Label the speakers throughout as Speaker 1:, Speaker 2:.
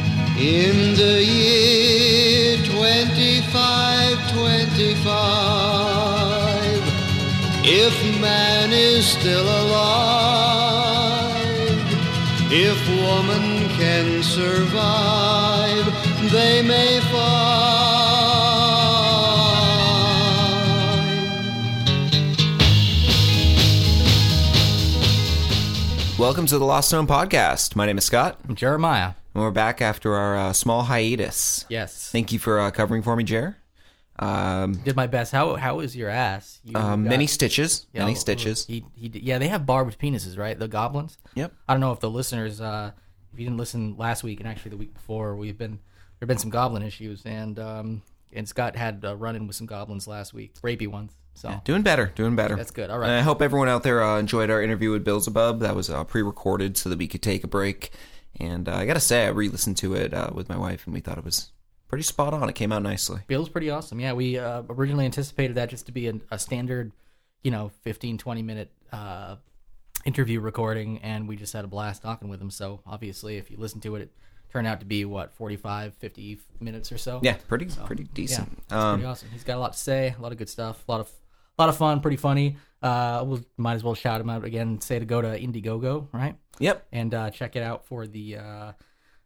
Speaker 1: In the year 2525, if man is still alive, if woman can survive, they may find.
Speaker 2: Welcome to the Lost Stone Podcast. My name is Scott,
Speaker 3: Jeremiah.
Speaker 2: and we're back after our uh, small hiatus.
Speaker 3: Yes.
Speaker 2: Thank you for uh, covering for me, Jer. Um,
Speaker 3: Did my best. How how is your ass? You
Speaker 2: uh,
Speaker 3: got-
Speaker 2: many stitches,
Speaker 3: Yeah,
Speaker 2: many
Speaker 3: oh,
Speaker 2: stitches.
Speaker 3: He, he did- yeah, they have barbed penises, right? The goblins.
Speaker 2: Yep.
Speaker 3: I don't know if the listeners, uh, if you didn't listen last week and actually the week before, we've been there've been some goblin issues, and um, and Scott had a run in with some goblins last week, rapey ones. So
Speaker 2: Doing better, doing better.
Speaker 3: That's good. All right.
Speaker 2: And I hope everyone out there uh, enjoyed our interview with Beelzebub. That was uh, pre-recorded so that we could take a break. And uh, I gotta say, I re-listened to it uh, with my wife, and we thought it was pretty spot on. It came out nicely.
Speaker 3: Bill's pretty awesome. Yeah, we uh, originally anticipated that just to be an, a standard, you know, 15, 20 minute uh, interview recording, and we just had a blast talking with him. So obviously, if you listen to it, it turned out to be, what, 45, 50 minutes or so?
Speaker 2: Yeah, pretty, pretty
Speaker 3: Oh, Yeah,
Speaker 2: decent. Um,
Speaker 3: it's pretty awesome. He's got a lot to say, a lot of good stuff, a lot of a lot of fun, pretty funny. Uh, we'll might as well shout him out again. Say to go to Indiegogo, right,
Speaker 2: Yep,
Speaker 3: and uh, check it out for the uh,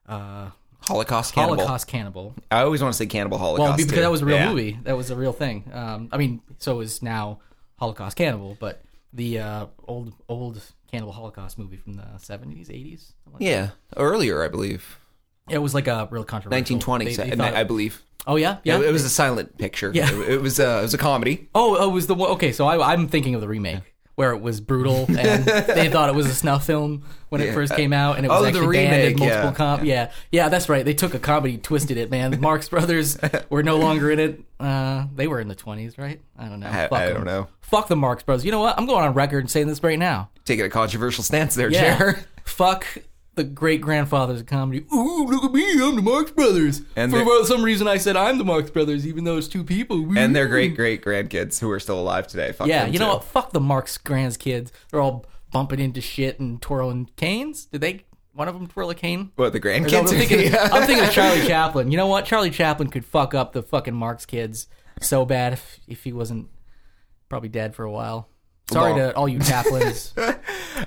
Speaker 3: uh,
Speaker 2: Holocaust Cannibal.
Speaker 3: Holocaust Cannibal.
Speaker 2: I always want to say Cannibal Holocaust.
Speaker 3: Well, because
Speaker 2: too.
Speaker 3: that was a real
Speaker 2: Yeah.
Speaker 3: movie. That was a real thing. Um, I mean, so is now Holocaust Cannibal, but the uh, old old Cannibal Holocaust movie from the seventies, eighties.
Speaker 2: Yeah, earlier, I believe,
Speaker 3: It was like a real controversial.
Speaker 2: 1920s,
Speaker 3: They- they
Speaker 2: I,
Speaker 3: thought-
Speaker 2: I believe.
Speaker 3: oh yeah, yeah.
Speaker 2: It, it was a silent picture.
Speaker 3: Yeah.
Speaker 2: It, it was. Uh, it was a comedy.
Speaker 3: oh, oh, it was the one. Okay, so I, I'm thinking of the remake. Where it was brutal, and they thought it was a snuff film when it first came out, and it was
Speaker 2: Oh, the
Speaker 3: actually banned
Speaker 2: remake,
Speaker 3: in multiple
Speaker 2: yeah.
Speaker 3: comp. Yeah. yeah, that's right. They took a comedy, twisted it, man. The Marx Brothers were no longer in it. Uh, they were in the twenties, right? I don't know.
Speaker 2: I,
Speaker 3: Fuck
Speaker 2: I
Speaker 3: 'em.
Speaker 2: don't know.
Speaker 3: Fuck the Marx Brothers. You know what? I'm going on record and saying this right now.
Speaker 2: Taking a controversial stance there,
Speaker 3: Yeah.
Speaker 2: Jer.
Speaker 3: Fuck the great grandfathers of comedy. Ooh, look at me. I'm the Marx Brothers.
Speaker 2: And
Speaker 3: And For
Speaker 2: they-
Speaker 3: well, some reason, I said I'm the Marx Brothers, even though it's two people.
Speaker 2: And their great great grandkids who are still alive today. Fuck
Speaker 3: Yeah,
Speaker 2: them,
Speaker 3: you know
Speaker 2: too.
Speaker 3: what? Fuck the Marx Grands kids. They're all bumping into shit and twirling canes. Did they? One of them twirl a cane?
Speaker 2: What the
Speaker 3: Or no,
Speaker 2: grandkids?
Speaker 3: I'm, thinking
Speaker 2: Yeah.
Speaker 3: of, I'm thinking of Charlie Chaplin. You know what? Charlie Chaplin could fuck up the fucking Marx kids so bad if, if he wasn't probably dead for a while. Sorry
Speaker 2: Well.
Speaker 3: to all you Chaplins. and,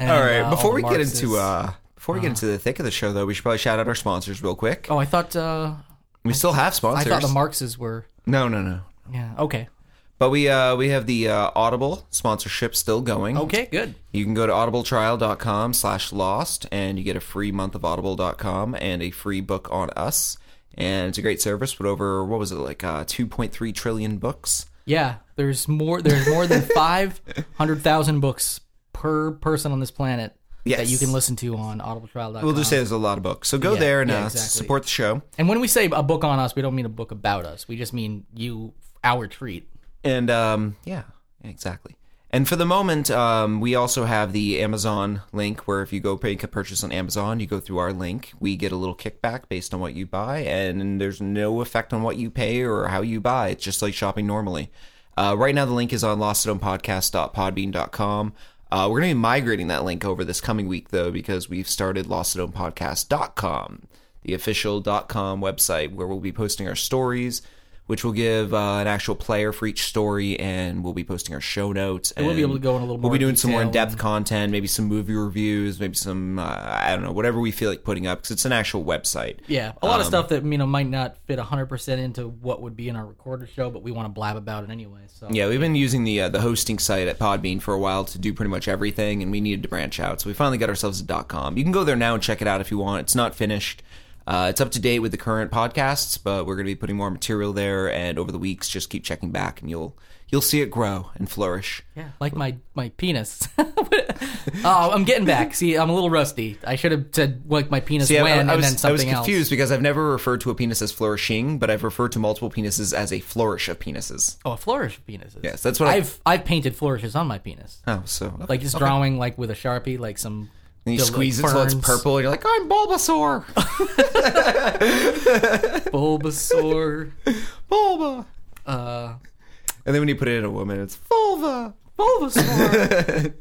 Speaker 2: All right.
Speaker 3: uh,
Speaker 2: before
Speaker 3: all
Speaker 2: we
Speaker 3: the
Speaker 2: get
Speaker 3: Marxists.
Speaker 2: into uh, before we get into the thick of the show, though, we should probably shout out our sponsors real quick.
Speaker 3: oh, I thought uh,
Speaker 2: we still have
Speaker 3: I
Speaker 2: sponsors.
Speaker 3: thought the Marxes were
Speaker 2: no, no, no.
Speaker 3: yeah okay
Speaker 2: But we uh, we have the uh, Audible sponsorship still going.
Speaker 3: okay good
Speaker 2: You can go to audibletrial.com slash lost and you get a free month of audible.com and a free book on us. And it's a great service with over, what was it, like uh, 2.3 trillion books?
Speaker 3: yeah. There's more. There's more than five hundred thousand books per person on this planet that you
Speaker 2: Yes.
Speaker 3: can listen to on audibletrial.com.
Speaker 2: We'll just say there's a lot of books. So go
Speaker 3: Uh, Yeah,
Speaker 2: there and
Speaker 3: yeah,
Speaker 2: uh,
Speaker 3: exactly.
Speaker 2: support the show.
Speaker 3: And when we say a book on us, we don't mean a book about us. We just mean you, our treat.
Speaker 2: And um, yeah, exactly. And for the moment, um, we also have the Amazon link where if you go make a purchase on Amazon, you go through our link. We get a little kickback based on what you buy, and there's no effect on what you pay or how you buy. It's just like shopping normally. Uh, right now, the link is on lostadonepodcast.podbean.com. Uh, we're going to be migrating that link over this coming week, though, because we've started lostadonepodcast.com, the official .com website where we'll be posting our stories, which will give uh, an actual player for each story, and we'll be posting our show notes. And
Speaker 3: we'll be able to go in a little
Speaker 2: We'll be
Speaker 3: more
Speaker 2: doing some more
Speaker 3: detail
Speaker 2: in-depth content, maybe some movie reviews, maybe some uh, I don't know, whatever we feel like putting up because it's an actual website.
Speaker 3: Yeah, a lot
Speaker 2: Um,
Speaker 3: of stuff that you know might not fit hundred percent into what would be in our recorded show, but we want to blab about it anyway. So
Speaker 2: Yeah, we've been using the uh, the hosting site at Podbean for a while to do pretty much everything, and we needed to branch out, so we finally got ourselves a .com. You can go there now and check it out if you want. It's not finished. Uh, it's up to date with the current podcasts, but we're going to be putting more material there, and over the weeks, just keep checking back, and you'll you'll see it grow and flourish.
Speaker 3: Yeah, like my my penis. oh, I'm getting back. See, I'm a little rusty. I should have said like my penis
Speaker 2: Yeah,
Speaker 3: when
Speaker 2: I, I
Speaker 3: and
Speaker 2: was,
Speaker 3: then
Speaker 2: I was
Speaker 3: something
Speaker 2: confused
Speaker 3: else.
Speaker 2: because I've never referred to a penis as flourishing, but I've referred to multiple penises as a flourish of penises.
Speaker 3: Oh, a flourish of penises.
Speaker 2: Yes, that's what I-
Speaker 3: I've I've painted flourishes on my penis.
Speaker 2: Oh, so
Speaker 3: Like just drawing like with a sharpie, like some.
Speaker 2: and you
Speaker 3: deli-
Speaker 2: squeeze it till it's
Speaker 3: ferns,
Speaker 2: purple, and you're like, I'm Bulbasaur,
Speaker 3: Bulbasaur.
Speaker 2: Bulba.
Speaker 3: uh,
Speaker 2: And then when you put it in a woman, it's vulva. Uh.
Speaker 3: Bulbasaur.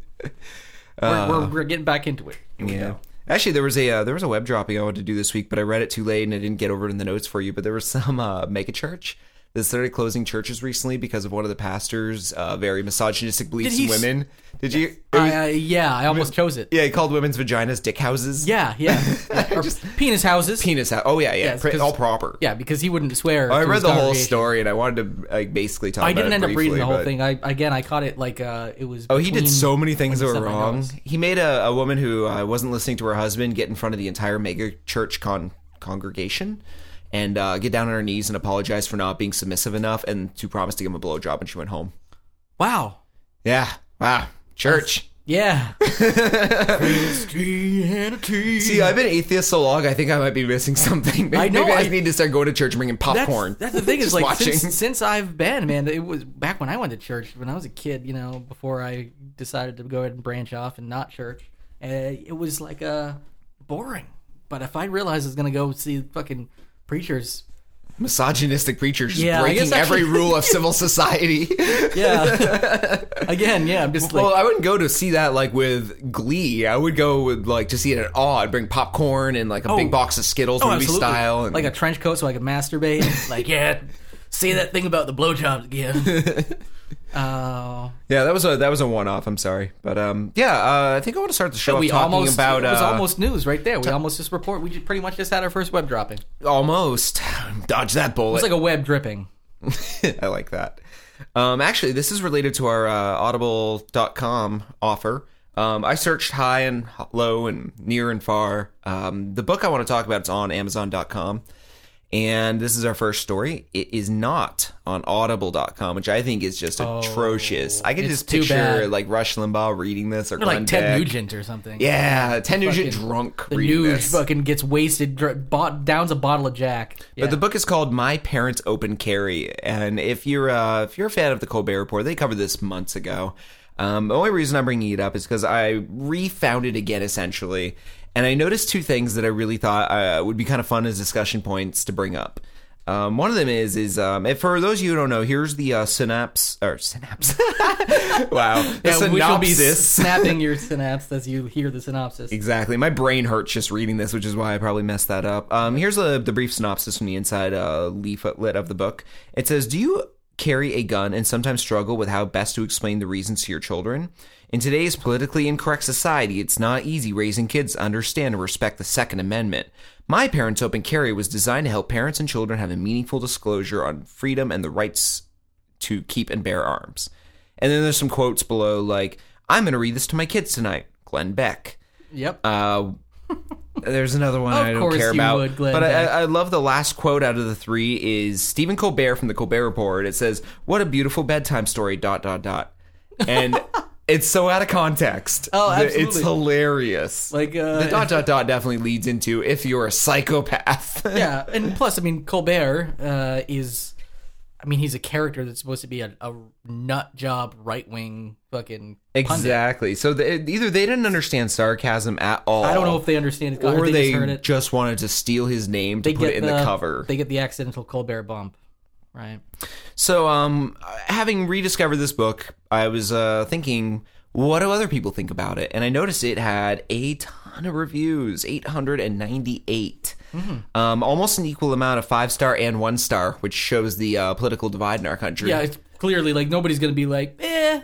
Speaker 3: we're, we're, we're getting back into it. Here we
Speaker 2: Yeah.
Speaker 3: go.
Speaker 2: Actually, there was a uh, there was a web dropping I wanted to do this week, but I read it too late and I didn't get over it in the notes for you. But there was some uh, mega church that started closing churches recently because of one of the pastors' uh, very misogynistic beliefs
Speaker 3: he
Speaker 2: in
Speaker 3: s-
Speaker 2: women. Did you? it was-
Speaker 3: I, uh, yeah, I almost chose it.
Speaker 2: yeah, he called women's vaginas dick houses.
Speaker 3: Yeah, yeah. Or penis houses.
Speaker 2: penis house. Oh yeah, yeah,
Speaker 3: Yes,
Speaker 2: Pre-
Speaker 3: 'cause-
Speaker 2: all proper. Oh,
Speaker 3: yeah, because he wouldn't swear.
Speaker 2: I
Speaker 3: to
Speaker 2: read
Speaker 3: his
Speaker 2: the whole
Speaker 3: congregation.
Speaker 2: story and I wanted to like basically talk.
Speaker 3: I
Speaker 2: about
Speaker 3: didn't
Speaker 2: it
Speaker 3: end up reading
Speaker 2: briefly,
Speaker 3: the whole
Speaker 2: but-
Speaker 3: thing. I again, I caught it like uh, it was.
Speaker 2: Oh, he did so many things that
Speaker 3: when he
Speaker 2: were
Speaker 3: said my
Speaker 2: wrong.
Speaker 3: notes.
Speaker 2: He made a, a woman who uh, wasn't listening to her husband get in front of the entire mega church con- congregation and uh, get down on her knees and apologize for not being submissive enough and to promise to give him a blowjob when she went home.
Speaker 3: Wow.
Speaker 2: Yeah. Wow. Church.
Speaker 3: Yeah.
Speaker 2: See, I've been atheist so long, I think I might be missing something. Maybe I,
Speaker 3: I know,
Speaker 2: I,
Speaker 3: I-
Speaker 2: need to start going to church and bringing
Speaker 3: that's,
Speaker 2: popcorn.
Speaker 3: that's the thing is
Speaker 2: Just
Speaker 3: like
Speaker 2: watching.
Speaker 3: since, since I've been man, it was back when I went to church when I was a kid. You know, before I decided to go ahead and branch off and not church, uh, it was like uh, boring. But if I realized I was gonna go see fucking preachers,
Speaker 2: misogynistic preacher just
Speaker 3: Yeah, I
Speaker 2: breaking
Speaker 3: guess actually-
Speaker 2: every rule of civil society.
Speaker 3: yeah. again, yeah, I'm just like
Speaker 2: well, I wouldn't go to see that like with glee. I would go with like to see it at awe. I'd bring popcorn and like a big box of Skittles
Speaker 3: Oh,
Speaker 2: movie
Speaker 3: absolutely.
Speaker 2: style. And,
Speaker 3: Like a trench coat so I could masturbate. like, yeah, say that thing about the blowjobs again. uh,
Speaker 2: yeah, that was a that was a one off. I'm sorry, but um, yeah, uh, I think I want to start the show
Speaker 3: we
Speaker 2: off talking
Speaker 3: almost
Speaker 2: about
Speaker 3: it was
Speaker 2: uh,
Speaker 3: almost news right there. We almost just report. We ju- pretty much just had our first web dropping. It's
Speaker 2: almost dodge that bullet.
Speaker 3: like a web dripping.
Speaker 2: I like that. Um, actually, this is related to our uh, audible.com offer. Um, I searched high and h- low and near and far. Um, the book I want to talk about is on amazon.com. And this is our first story. It is not on audible.com, which I think is just atrocious. I can
Speaker 3: Oh, it's
Speaker 2: just
Speaker 3: too
Speaker 2: picture
Speaker 3: bad.
Speaker 2: like Rush Limbaugh reading this or
Speaker 3: Or like
Speaker 2: Glenn
Speaker 3: Ted
Speaker 2: Beck.
Speaker 3: Nugent or something.
Speaker 2: Yeah, Ted Nugent
Speaker 3: Fucking-
Speaker 2: drunk
Speaker 3: The
Speaker 2: reading
Speaker 3: Nuge
Speaker 2: this.
Speaker 3: fucking gets wasted, dr- bought, downs a bottle of Jack. Yeah.
Speaker 2: But the book is called My Parents Open Carry, and if you're uh, if you're a fan of the Colbert Report, they covered this months ago. Um, the only reason I'm bringing it up is because I refound it again, essentially, and I noticed two things that I really thought uh, would be kind of fun as discussion points to bring up. Um, one of them is is um, and for those of you who don't know, here's the uh, synapse or synapse. wow, the
Speaker 3: Yeah, which will be s-
Speaker 2: synopsis.
Speaker 3: snapping your synapse as you hear the synopsis.
Speaker 2: Exactly. My brain hurts just reading this, which is why I probably messed that up. Um, here's a, the brief synopsis from the inside uh, leaflet of the book. It says, Do you carry a gun and sometimes struggle with how best to explain the reasons to your children? In today's politically incorrect society, it's not easy raising kids to understand and respect the Second Amendment. My Parents Open Carry was designed to help parents and children have a meaningful disclosure on freedom and the rights to keep and bear arms. And then there's some quotes below, like, I'm going to read this to my kids tonight, Glenn Beck.
Speaker 3: Yep.
Speaker 2: Uh, there's another one
Speaker 3: Of
Speaker 2: I don't
Speaker 3: course
Speaker 2: care
Speaker 3: you
Speaker 2: about.
Speaker 3: would, Glenn
Speaker 2: but I,
Speaker 3: Beck.
Speaker 2: I I love the last quote out of the three is Stephen Colbert from the Colbert Report. It says, "What a beautiful bedtime story." Dot dot dot, and it's so out of context.
Speaker 3: Oh,
Speaker 2: The- It's
Speaker 3: absolutely.
Speaker 2: hilarious.
Speaker 3: like uh,
Speaker 2: the dot dot dot definitely leads into if you're a psychopath.
Speaker 3: yeah, and plus, I mean, Colbert uh, is, I mean, he's a character that's supposed to be a, a nut job, right wing fucking. pundit.
Speaker 2: exactly. So the, either they didn't understand sarcasm at all.
Speaker 3: I don't know if they understand it
Speaker 2: or
Speaker 3: they,
Speaker 2: they
Speaker 3: just heard
Speaker 2: just,
Speaker 3: it.
Speaker 2: wanted to steal his name to
Speaker 3: They
Speaker 2: put it in the, cover.
Speaker 3: They get the accidental Colbert bump, right?
Speaker 2: So, um, having rediscovered this book, I was uh, thinking, what do other people think about it? And I noticed it had a ton of reviews 898.
Speaker 3: Mm-hmm.
Speaker 2: Um, almost an equal amount of five star and one star, which shows the uh, political divide in our country.
Speaker 3: Yeah, it's clearly like nobody's gonna be like, eh,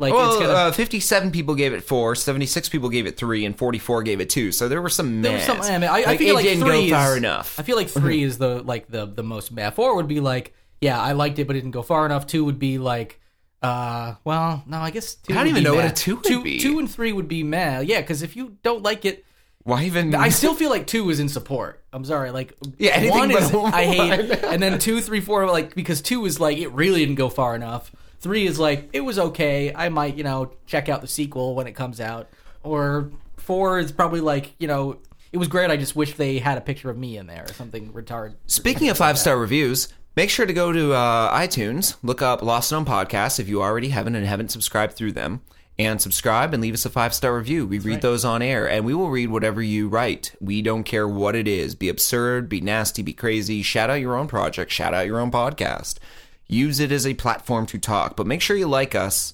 Speaker 3: like it's
Speaker 2: Well,
Speaker 3: gonna.
Speaker 2: uh, 57 people gave it four, 76 people gave it three, and 44 gave it two. So there were some
Speaker 3: there was
Speaker 2: meh.
Speaker 3: some- I, mean, I, I
Speaker 2: Like,
Speaker 3: feel
Speaker 2: it
Speaker 3: like
Speaker 2: didn't
Speaker 3: three
Speaker 2: go far
Speaker 3: is,
Speaker 2: enough. Mm-hmm.
Speaker 3: I feel like three is the like the the most bad. Four would be like, yeah, I liked it, but it didn't go far enough. Two would be like, uh, well, no, I guess two.
Speaker 2: I don't
Speaker 3: would
Speaker 2: even
Speaker 3: be
Speaker 2: know what
Speaker 3: meh.
Speaker 2: a two would
Speaker 3: two,
Speaker 2: be.
Speaker 3: Two and three would be meh. Yeah, because if you don't like it,
Speaker 2: Why even?
Speaker 3: I still feel like two is in support. I'm sorry, like
Speaker 2: Yeah, anything
Speaker 3: one
Speaker 2: but
Speaker 3: is
Speaker 2: a one.
Speaker 3: I hate, and then two, three, four, like because two is like it really didn't go far enough. Three is like it was okay. I might you know check out the sequel when it comes out. Or four is probably like you know it was great. I just wish they had a picture of me in there or something retarded.
Speaker 2: Speaking of five star reviews, make sure to go to uh, iTunes, look up Lost and Known Podcast if you already haven't and haven't subscribed through them, and subscribe and leave us a five star review. We read those on air, and we will read whatever you write. We don't care what it is be absurd, be nasty, be crazy. Shout out your own project, shout out your own podcast. Use it as a platform to talk, but make sure you like us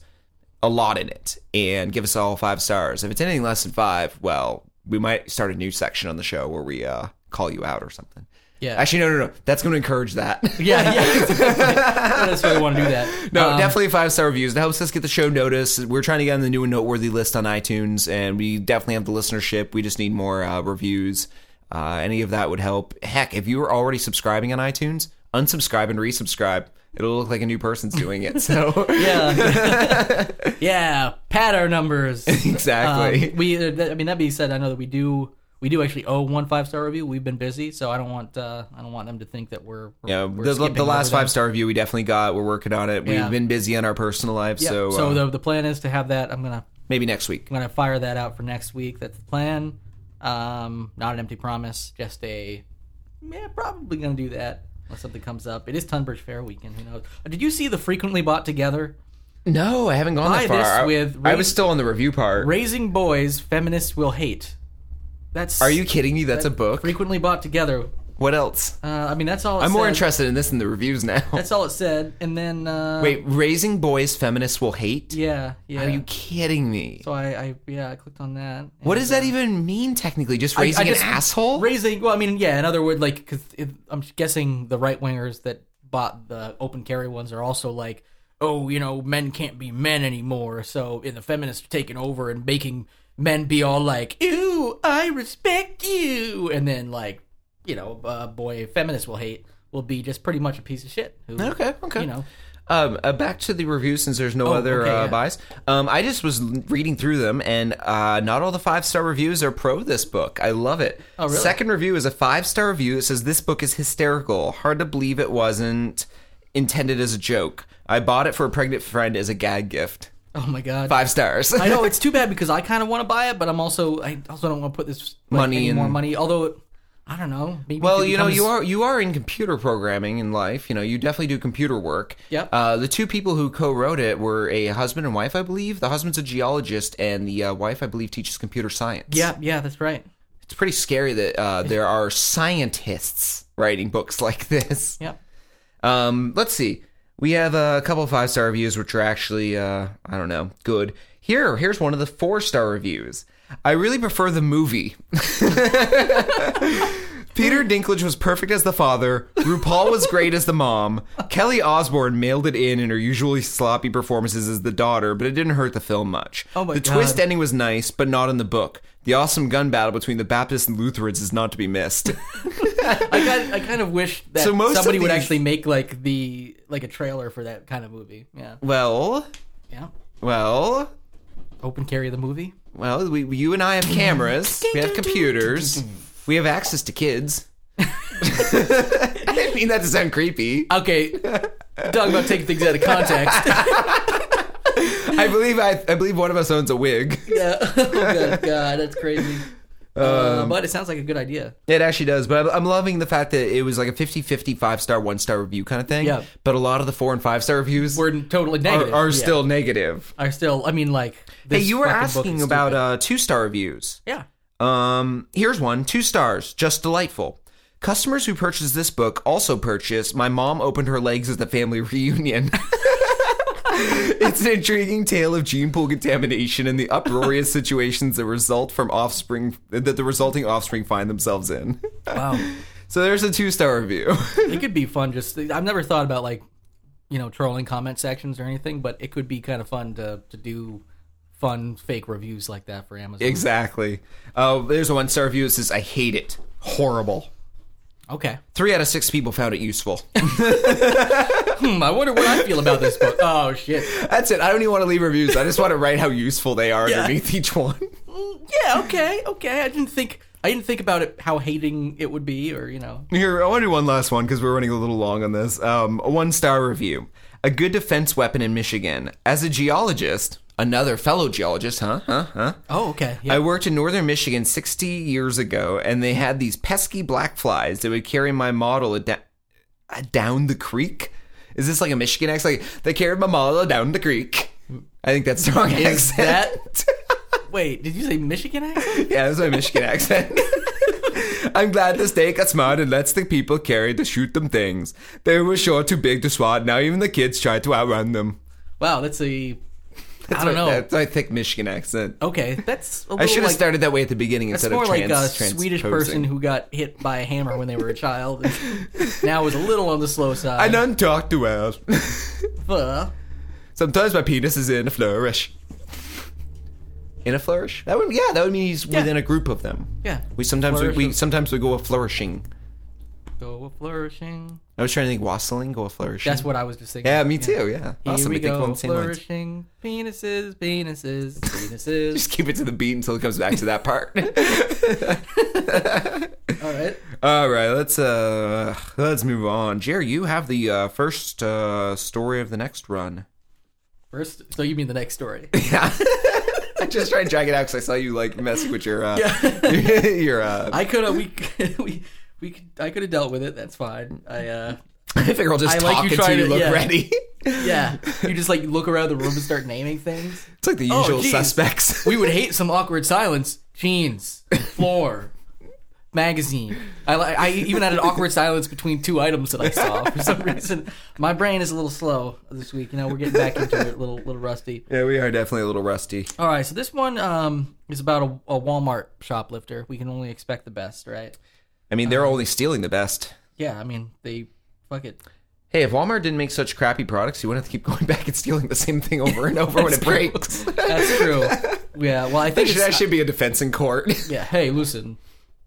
Speaker 2: a lot in it and give us all five stars. If it's anything less than five, well, we might start a new section on the show where we uh, call you out or something.
Speaker 3: Yeah.
Speaker 2: Actually, no, no, no. That's going to encourage that.
Speaker 3: yeah, yeah. Exactly. I just really want to do that.
Speaker 2: No,
Speaker 3: Um,
Speaker 2: definitely five star reviews. That helps us get the show noticed. We're trying to get on the new and noteworthy list on iTunes, and we definitely have the listenership. We just need more uh, reviews. Uh, any of that would help. Heck, if you were already subscribing on iTunes, unsubscribe and resubscribe. It'll look like a new person's doing it. So
Speaker 3: Yeah. yeah. Pad our numbers.
Speaker 2: exactly.
Speaker 3: Um, we, uh, that, I mean, that being said, I know that we do, we do actually owe one five star review. We've been busy, so I don't want, uh, I don't want them to think that we're. we're
Speaker 2: yeah,
Speaker 3: we're
Speaker 2: the,
Speaker 3: skipping
Speaker 2: the last
Speaker 3: over them.
Speaker 2: five star review we definitely got. We're working on it.
Speaker 3: Yeah.
Speaker 2: We've been busy in our personal lives,
Speaker 3: Yeah.
Speaker 2: so,
Speaker 3: So,
Speaker 2: uh,
Speaker 3: the, the plan is to have that. I'm gonna,
Speaker 2: maybe next week.
Speaker 3: I'm gonna fire that out for next week. That's the plan. Um, not an empty promise, just a. Yeah, probably gonna do that unless something comes up. It is Tunbridge Fair weekend. Who knows? Uh, Did you see the frequently bought together?
Speaker 2: No, I haven't gone
Speaker 3: Buy
Speaker 2: that far.
Speaker 3: this
Speaker 2: I,
Speaker 3: with
Speaker 2: I
Speaker 3: Ra-
Speaker 2: was still on the review part.
Speaker 3: Raising boys, feminists will hate. That's
Speaker 2: Are you kidding me? That's a book.
Speaker 3: frequently bought together?
Speaker 2: What else?
Speaker 3: Uh, I mean, that's all. It
Speaker 2: I'm more
Speaker 3: said.
Speaker 2: interested in this than the reviews now.
Speaker 3: That's all it said. And then uh,
Speaker 2: Wait, raising boys feminists will hate?
Speaker 3: yeah, yeah.
Speaker 2: Are you kidding me?
Speaker 3: so I, I, yeah, I clicked on that.
Speaker 2: What
Speaker 3: and,
Speaker 2: does that
Speaker 3: uh,
Speaker 2: even mean technically? Just
Speaker 3: I- I
Speaker 2: raising
Speaker 3: just-
Speaker 2: an asshole?
Speaker 3: Raising, well, I mean, yeah. In other words, like, because I'm guessing the right wingers that bought the open carry ones are also like, oh, you know, men can't be men anymore. So, and the feminists are taking over and making men be all like, "Ew, I respect you," and then like, you know, uh, boy, feminists will hate will be just pretty much a piece of shit. Who,
Speaker 2: okay, okay.
Speaker 3: You know,
Speaker 2: Um, uh, back to the review since there's no other
Speaker 3: Oh, okay,
Speaker 2: uh,
Speaker 3: yeah.
Speaker 2: buys. Um, I just was l- reading through them, and uh, not all the five star reviews are pro this book. I love it.
Speaker 3: Oh, really?
Speaker 2: Second review is a five star review. It says this book is hysterical. Hard to believe it wasn't intended as a joke. I bought it for a pregnant friend as a gag gift.
Speaker 3: oh my god,
Speaker 2: Five stars.
Speaker 3: I know it's too bad because I kind of want to buy it, but I'm also I also don't want to put this like,
Speaker 2: Money
Speaker 3: any more
Speaker 2: in-
Speaker 3: money. Although I don't know. Maybe
Speaker 2: Well,
Speaker 3: it
Speaker 2: you know, you
Speaker 3: becomes-
Speaker 2: are you are in computer programming in life. You know, you definitely do computer work.
Speaker 3: Yep.
Speaker 2: Uh, the two people who co-wrote it were a husband and wife, I believe. The husband's a geologist, and the uh, wife, I believe, teaches computer science.
Speaker 3: Yeah, yeah, that's right.
Speaker 2: It's pretty scary that uh, there are scientists writing books like this.
Speaker 3: Yeah,
Speaker 2: Um, let's see. We have a couple five star reviews, which are actually, uh, I don't know, good. Here, here's one of the four star reviews. I really prefer the movie. Peter Dinklage was perfect as the father. RuPaul was great as the mom. Kelly Osbourne mailed it in in her usually sloppy performances as the daughter, but it didn't hurt the film much.
Speaker 3: Oh my
Speaker 2: the
Speaker 3: God.
Speaker 2: twist ending was nice, but not in the book. The awesome gun battle between the Baptists and Lutherans is not to be missed.
Speaker 3: I kind I kind of wish that
Speaker 2: So most of
Speaker 3: somebody would
Speaker 2: these-
Speaker 3: actually make like the like a trailer for that kind of movie. Yeah,
Speaker 2: well,
Speaker 3: yeah.
Speaker 2: well,
Speaker 3: Open carry the movie.
Speaker 2: Well, we, we- you and I have cameras. we have computers. We have access to kids. I didn't mean that to sound creepy.
Speaker 3: Okay, talking about taking things out of context.
Speaker 2: I believe I, I believe one of us owns a wig.
Speaker 3: yeah. Oh good god, that's crazy.
Speaker 2: Um,
Speaker 3: Uh, but it sounds like a good idea.
Speaker 2: It actually does, but I'm, I'm loving the fact that it was like a 50-50 five star one star review kind of thing.
Speaker 3: Yeah.
Speaker 2: But a lot of the four and five star reviews
Speaker 3: We're totally
Speaker 2: are,
Speaker 3: negative.
Speaker 2: are
Speaker 3: yeah.
Speaker 2: still negative.
Speaker 3: are still. I mean, like
Speaker 2: Hey,
Speaker 3: this
Speaker 2: you were
Speaker 3: fucking book
Speaker 2: asking
Speaker 3: is
Speaker 2: about
Speaker 3: stupid.
Speaker 2: uh, two star reviews.
Speaker 3: yeah.
Speaker 2: Um, here's one two stars, just delightful. Customers who purchased this book also purchased My Mom Opened Her Legs at the Family Reunion. it's an intriguing tale of gene pool contamination and the uproarious situations that result from offspring that the resulting offspring find themselves in.
Speaker 3: Wow.
Speaker 2: so there's a two star review.
Speaker 3: it could be fun just i've never thought about like you know trolling comment sections or anything but it could be kind of fun to to do fun fake reviews like that for amazon
Speaker 2: exactly. Uh, there's a one star review that says, I hate it. Horrible.
Speaker 3: okay
Speaker 2: Three out of six people found it useful.
Speaker 3: hmm, i wonder what i feel about this book oh shit
Speaker 2: That's it. I don't even want to leave reviews. I just want to write how useful they are
Speaker 3: Yeah.
Speaker 2: underneath each one.
Speaker 3: yeah okay okay i didn't think i didn't think about it how hating it would be or you know
Speaker 2: Here, I want to do one last one because we're running a little long on this. Um, a one star review. A good defense weapon in Michigan. As a geologist, another fellow geologist, huh? Huh? Huh?
Speaker 3: oh okay yeah
Speaker 2: I worked in northern Michigan 60 years ago, and they had these pesky black flies that would carry my model a da- a down the creek. Is this like a Michigan accent? Like, they carried my model down the creek. I think that's the wrong
Speaker 3: Is
Speaker 2: accent.
Speaker 3: wait did you say michigan accent
Speaker 2: Yeah, that's my Michigan accent. I'm glad the state got smart and lets the people carry the shoot them things. They were sure too big to swat. Now even the kids try to outrun them.
Speaker 3: wow that's a
Speaker 2: That's
Speaker 3: I don't
Speaker 2: my-
Speaker 3: know.
Speaker 2: That's my thick Michigan accent.
Speaker 3: okay, that's a
Speaker 2: I should
Speaker 3: little,
Speaker 2: have
Speaker 3: like,
Speaker 2: started that way at the beginning
Speaker 3: That's
Speaker 2: instead
Speaker 3: more
Speaker 2: of trans,
Speaker 3: like a
Speaker 2: transposing.
Speaker 3: Swedish person who got hit by a hammer when they were a child. And now is a little on the slow side.
Speaker 2: I done talked to out.
Speaker 3: Fuh.
Speaker 2: Sometimes my penis is in a flourish. In a flourish? That would yeah. That would mean he's
Speaker 3: Yeah.
Speaker 2: within a group of them.
Speaker 3: Yeah.
Speaker 2: We sometimes we,
Speaker 3: Flourish
Speaker 2: we
Speaker 3: is-
Speaker 2: sometimes we go a flourishing.
Speaker 3: go a flourishing.
Speaker 2: I was trying to think wassailing, go a flourishing.
Speaker 3: That's what I was just thinking.
Speaker 2: Yeah, me too. Yeah.
Speaker 3: Here
Speaker 2: awesome.
Speaker 3: we
Speaker 2: think along
Speaker 3: go,
Speaker 2: the same lines.
Speaker 3: flourishing penises, penises,
Speaker 2: Just
Speaker 3: penises.
Speaker 2: keep it to the beat until it comes back to that part.
Speaker 3: All right.
Speaker 2: All right, let's uh let's move on. Jerry, you have the uh, first uh, story of the next run.
Speaker 3: First, so you mean the next story?
Speaker 2: Yeah. I just tried to drag it out because I saw you like messing with your uh, your uh,
Speaker 3: I could have we we we could, I could have dealt with it. That's fine. I uh
Speaker 2: I figure I'll just
Speaker 3: I
Speaker 2: talk
Speaker 3: like you
Speaker 2: until
Speaker 3: trying
Speaker 2: you
Speaker 3: to-
Speaker 2: look
Speaker 3: yeah.
Speaker 2: ready.
Speaker 3: yeah. You just like look around the room and start naming things.
Speaker 2: It's like the
Speaker 3: Oh,
Speaker 2: usual
Speaker 3: geez.
Speaker 2: suspects.
Speaker 3: We would hate some awkward silence. Jeans, floor, magazine. I, li- I even had an awkward silence between two items that I saw for some reason. My brain is a little slow this week. You know, we're getting back into it, a little little rusty.
Speaker 2: yeah, we are definitely a little rusty.
Speaker 3: All right, so this one um, is about a, a Walmart shoplifter. We can only expect the best, right?
Speaker 2: I mean,
Speaker 3: Um,
Speaker 2: they're only stealing the best.
Speaker 3: Yeah, I mean they fuck it.
Speaker 2: Hey, if Walmart didn't make such crappy products, you wouldn't have to keep going back and stealing the same thing over and over when it breaks.
Speaker 3: That's true. Yeah, well I
Speaker 2: That
Speaker 3: think
Speaker 2: should,
Speaker 3: it's-
Speaker 2: that should be a defense in court.
Speaker 3: yeah hey listen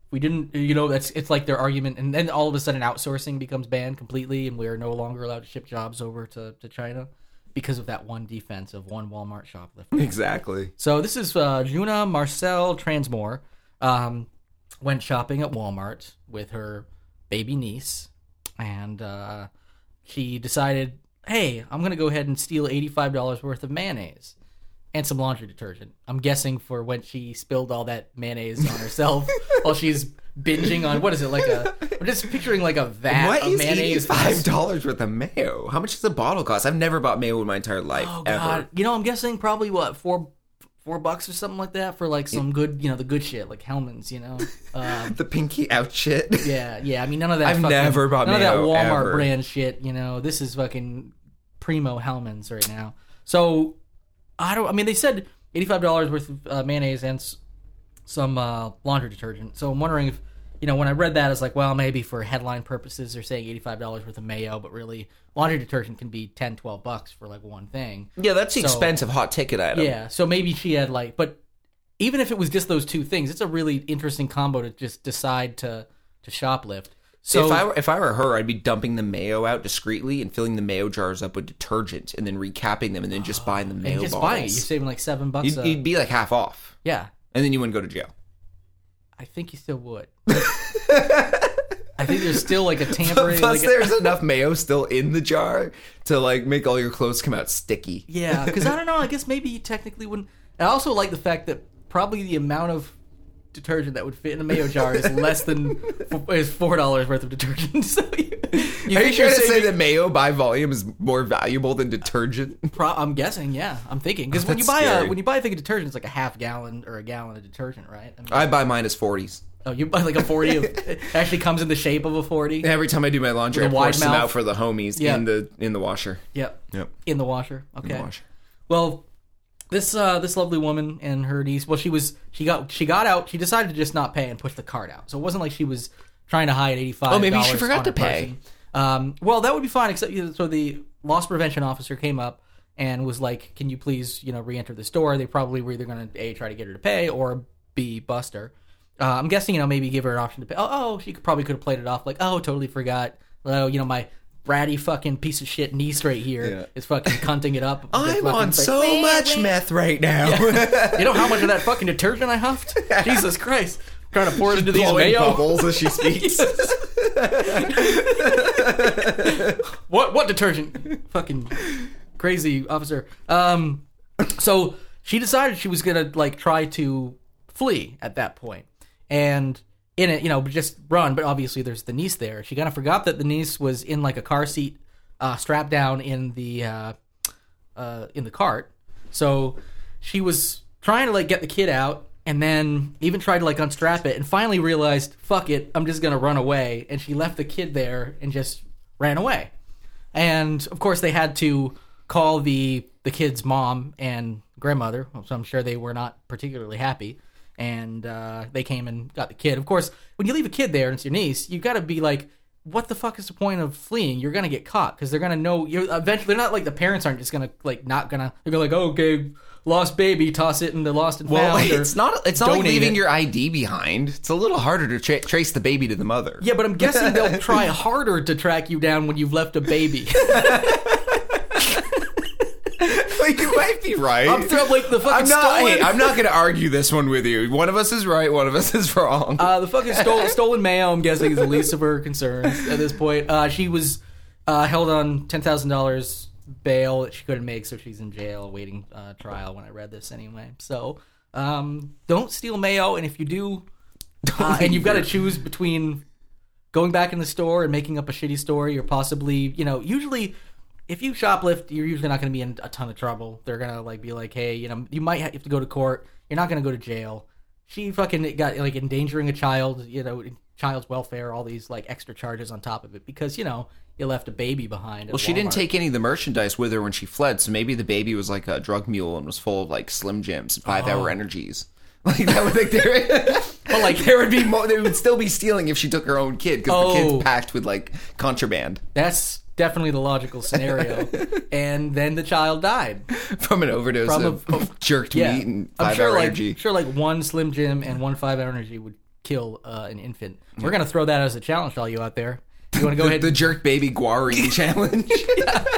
Speaker 3: we didn't you know that's it's like their argument and then all of a sudden outsourcing becomes banned completely and we're no longer allowed to ship jobs over to, to china because of that one defense of one walmart shoplifter
Speaker 2: exactly.
Speaker 3: so this is uh, juna marcel transmore um, went shopping at walmart with her baby niece and uh, she decided hey i'm going to go ahead and steal $85 worth of mayonnaise and some laundry detergent. I'm guessing for when she spilled all that mayonnaise on herself while she's binging on what is it like a? I'm just picturing like a vat
Speaker 2: What
Speaker 3: of
Speaker 2: is
Speaker 3: mayonnaise.
Speaker 2: eighty-five dollars worth of mayo? How much does a bottle cost? I've never bought mayo in my entire life.
Speaker 3: Oh
Speaker 2: ever.
Speaker 3: god! You know, I'm guessing probably what four, four bucks or something like that for like some good, you know, the good shit like Hellman's, you know. Um,
Speaker 2: The pinky out shit.
Speaker 3: yeah, yeah. I mean, none of that.
Speaker 2: I've
Speaker 3: fucking-
Speaker 2: never bought
Speaker 3: none
Speaker 2: mayo,
Speaker 3: of that Walmart
Speaker 2: ever.
Speaker 3: brand shit. You know, this is fucking primo Hellman's right now. So I don't. I mean, they said eighty-five dollars worth of uh, mayonnaise and s- some uh, laundry detergent. So I'm wondering if you know when I read that, I was like, well, maybe for headline purposes, they're saying eighty-five dollars worth of mayo, but really laundry detergent can be 10 12 bucks for like one thing.
Speaker 2: Yeah, that's the
Speaker 3: So-
Speaker 2: expensive hot ticket item.
Speaker 3: Yeah, so maybe she had like, but even if it was just those two things, it's a really interesting combo to just decide to to shoplift. So
Speaker 2: if I were if I were her, I'd be dumping the mayo out discreetly and filling the mayo jars up with detergent and then recapping them and then just buying the mayo
Speaker 3: and just
Speaker 2: bottles.
Speaker 3: buy it. You're saving like seven bucks.
Speaker 2: You'd-
Speaker 3: a-
Speaker 2: you'd be like half off,
Speaker 3: yeah,
Speaker 2: and then you wouldn't go to jail.
Speaker 3: I think you still would. I think there's still like a tampering.
Speaker 2: Plus,
Speaker 3: like a-
Speaker 2: there's enough mayo still in the jar to like make all your clothes come out sticky.
Speaker 3: Yeah, because I don't know. I guess maybe you technically wouldn't. I also like the fact that probably the amount of detergent that would fit in a mayo jar is less than is four dollars worth of detergent. so
Speaker 2: Are
Speaker 3: you, you
Speaker 2: you
Speaker 3: think
Speaker 2: trying
Speaker 3: you're
Speaker 2: to say
Speaker 3: saving-
Speaker 2: that mayo by volume is more valuable than detergent?
Speaker 3: Pro- I'm guessing, yeah. I'm thinking because when you
Speaker 2: Oh, That's
Speaker 3: buy
Speaker 2: scary.
Speaker 3: a when you buy a thing of detergent, it's like a half gallon or a gallon of detergent, right? I mean,
Speaker 2: I buy mine as forties.
Speaker 3: oh, you buy like a forty. Of, it actually comes in the shape of a forty.
Speaker 2: Every time I do my laundry, I
Speaker 3: With a wide
Speaker 2: wash them
Speaker 3: mouth.
Speaker 2: out for the homies
Speaker 3: Yeah.
Speaker 2: in the in the washer.
Speaker 3: Yep.
Speaker 2: Yep.
Speaker 3: In the washer. Okay.
Speaker 2: washer.
Speaker 3: Well, this uh, this lovely woman and her niece. Well, she was she got she got out. She decided to just not pay and push the card out. So it wasn't like she was trying to hide eighty five.
Speaker 2: Oh, maybe she forgot to pay.
Speaker 3: Um, well, that would be fine. Except you know, so the loss prevention officer came up and was like, "Can you please you know re-enter the store?" They probably were either going to a try to get her to pay or b bust her. Uh, I'm guessing you know maybe give her an option to pay. Oh, oh she could, probably could have played it off like, "Oh, totally forgot." Oh, you know my bratty fucking piece of shit niece right here is
Speaker 2: Yeah.
Speaker 3: fucking cunting it up. With
Speaker 2: I'm
Speaker 3: fucking
Speaker 2: on
Speaker 3: face.
Speaker 2: so much meth right now.
Speaker 3: You know how much of that fucking detergent I huffed? Jesus Christ. Trying to pour it into these
Speaker 2: Blowing
Speaker 3: mayo.
Speaker 2: bubbles as she speaks.
Speaker 3: What what detergent? fucking crazy officer. Um so she decided she was gonna like try to flee at that point. And in it, you know, just run, but obviously there's the niece there. She kinda forgot that the niece was in like a car seat, uh, strapped down in the uh uh, in the cart. So she was trying to like get the kid out and then even tried to like unstrap it and finally realized, fuck it, I'm just gonna run away. And she left the kid there and just ran away. And of course, they had to call the the kid's mom and grandmother, so I'm sure they were not particularly happy. And uh, they came and got the kid. Of course, when you leave a kid there and it's your niece, you got to be like, "What the fuck is the point of fleeing? You're gonna get caught because they're gonna know you. Eventually, they're not like the parents aren't just gonna like not gonna. They're gonna like, "Oh, okay, lost baby, toss it in the lost and
Speaker 2: Well,
Speaker 3: found. or
Speaker 2: it's not it's not like
Speaker 3: donate
Speaker 2: leaving
Speaker 3: it.
Speaker 2: your ID behind. It's a little harder to tra- trace the baby to the mother.
Speaker 3: Yeah, but I'm guessing they'll try harder to track you down when you've left a baby.
Speaker 2: like, you might be right.
Speaker 3: I'm throwing like the fucking
Speaker 2: I'm not.
Speaker 3: stolen.
Speaker 2: Hey, I'm not going to argue this one with you. One of us is right. One of us is wrong.
Speaker 3: Uh, the fucking stole, stolen mayo, I'm guessing, is the least of her concerns at this point. Uh, she was uh, held on ten thousand dollars bail that she couldn't make, so she's in jail awaiting uh, trial. When I read this, anyway, so um, don't steal mayo, and if you do, uh, and you've got to choose between going back in the store and making up a shitty story, or possibly, you know, usually. If you shoplift, you're usually not going to be in a ton of trouble. They're gonna like be like, "Hey, you know, you might have to go to court. You're not gonna go to jail." she fucking got like endangering a child, you know, child's welfare, all these like extra charges on top of it because you know you left a baby behind.
Speaker 2: well, she didn't take any of the merchandise with her when she fled, so maybe the baby was like a drug mule and was full of like Slim Jims and Five Hour Energies. Like that would like there, but like there would be more. They would still be stealing if she took her own kid because the
Speaker 3: Oh.
Speaker 2: kid's packed with like contraband
Speaker 3: That's definitely the logical scenario. and then the child died.
Speaker 2: from an overdose
Speaker 3: From a-
Speaker 2: of, of jerked
Speaker 3: Yeah,
Speaker 2: meat and
Speaker 3: I'm
Speaker 2: Five
Speaker 3: sure
Speaker 2: Hour
Speaker 3: like
Speaker 2: Energy.
Speaker 3: sure like one Slim Jim and one Five Hour Energy would kill uh, an infant. We're gonna throw that as a challenge to all you out there. You want to go ahead?
Speaker 2: The jerk baby guarine challenge.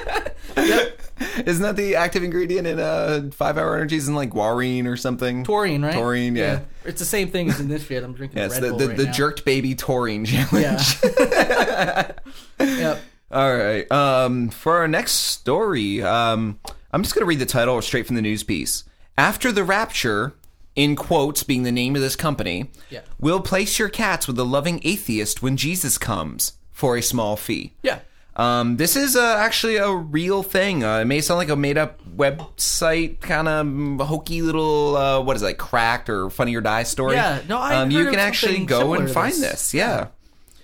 Speaker 2: Isn't that the active ingredient in uh, five hour energies in like guarine or something?
Speaker 3: Taurine, right?
Speaker 2: Taurine, yeah.
Speaker 3: It's the same thing as in this shit. I'm drinking
Speaker 2: Yes,
Speaker 3: Red
Speaker 2: the,
Speaker 3: Bull
Speaker 2: the,
Speaker 3: right
Speaker 2: the
Speaker 3: now.
Speaker 2: jerked baby taurine challenge.
Speaker 3: Yeah. yep.
Speaker 2: All right. Um, for our next story, um, I'm just going to read the title straight from the news piece. After the rapture, in quotes, being the name of this company,
Speaker 3: Yeah.
Speaker 2: will place your cats with the loving atheist when Jesus comes for a small fee.
Speaker 3: Yeah.
Speaker 2: Um, this is uh, actually a real thing. Uh, it may sound like a made up website, kind of hokey little, uh, what is it, like cracked or funny or die story.
Speaker 3: Yeah, no, I
Speaker 2: um, You
Speaker 3: heard
Speaker 2: can
Speaker 3: of
Speaker 2: actually
Speaker 3: something
Speaker 2: go
Speaker 3: similar
Speaker 2: and
Speaker 3: to
Speaker 2: find this.
Speaker 3: this.
Speaker 2: Yeah.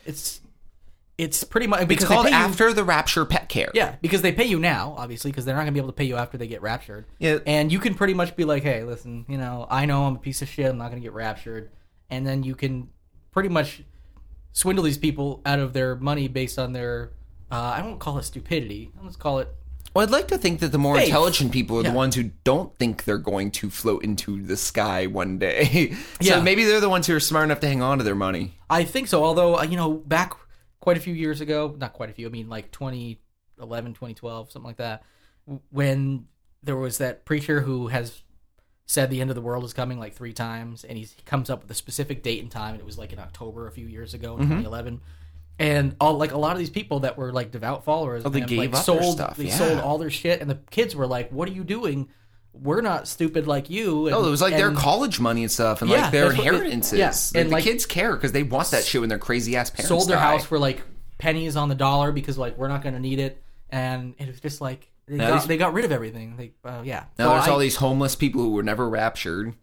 Speaker 3: It's it's pretty much
Speaker 2: It's
Speaker 3: because they
Speaker 2: called
Speaker 3: pay you-
Speaker 2: After the Rapture Pet Care.
Speaker 3: Yeah, because they pay you now, obviously, because they're not gonna be able to pay you after they get raptured.
Speaker 2: Yeah.
Speaker 3: and you can pretty much be like, "Hey, listen, you know, I know I'm a piece of shit. I'm not gonna get raptured," and then you can pretty much swindle these people out of their money based on their. Uh, I won't call it stupidity. I'll just call it.
Speaker 2: Well, I'd like to think that the more
Speaker 3: Faith.
Speaker 2: intelligent people are
Speaker 3: Yeah.
Speaker 2: the ones who don't think they're going to float into the sky one day. so
Speaker 3: Yeah.
Speaker 2: maybe they're the ones who are smart enough to hang on to their money.
Speaker 3: I think so. Although uh, you know, back quite a few years ago, not quite a few. I mean, like 2011, 2012, something like that, w- when there was that preacher who has said the end of the world is coming like three times, and he's, he comes up with a specific date and time, and it was like in October a few years ago in
Speaker 2: Mm-hmm.
Speaker 3: 2011. And all like a lot of these people that were like devout followers, of
Speaker 2: Oh, they
Speaker 3: him,
Speaker 2: gave
Speaker 3: like,
Speaker 2: up their
Speaker 3: sold
Speaker 2: stuff,
Speaker 3: they
Speaker 2: yeah.
Speaker 3: sold all their shit, and the kids were like, "What are you doing? We're not stupid like you." And,
Speaker 2: Oh, it was like their
Speaker 3: and-
Speaker 2: college money and stuff, and
Speaker 3: Yeah,
Speaker 2: like their
Speaker 3: that's what they-
Speaker 2: inheritances.
Speaker 3: yeah,
Speaker 2: Like,
Speaker 3: and,
Speaker 2: the
Speaker 3: like-
Speaker 2: kids care because they want that shit when their crazy ass parents
Speaker 3: sold their
Speaker 2: die.
Speaker 3: house for like pennies on the dollar because like we're not going to need it, and it was just like they,
Speaker 2: Now
Speaker 3: got,
Speaker 2: these-
Speaker 3: they got rid of everything. They uh, yeah.
Speaker 2: Now
Speaker 3: So
Speaker 2: there's
Speaker 3: I-
Speaker 2: all these homeless people who were never raptured.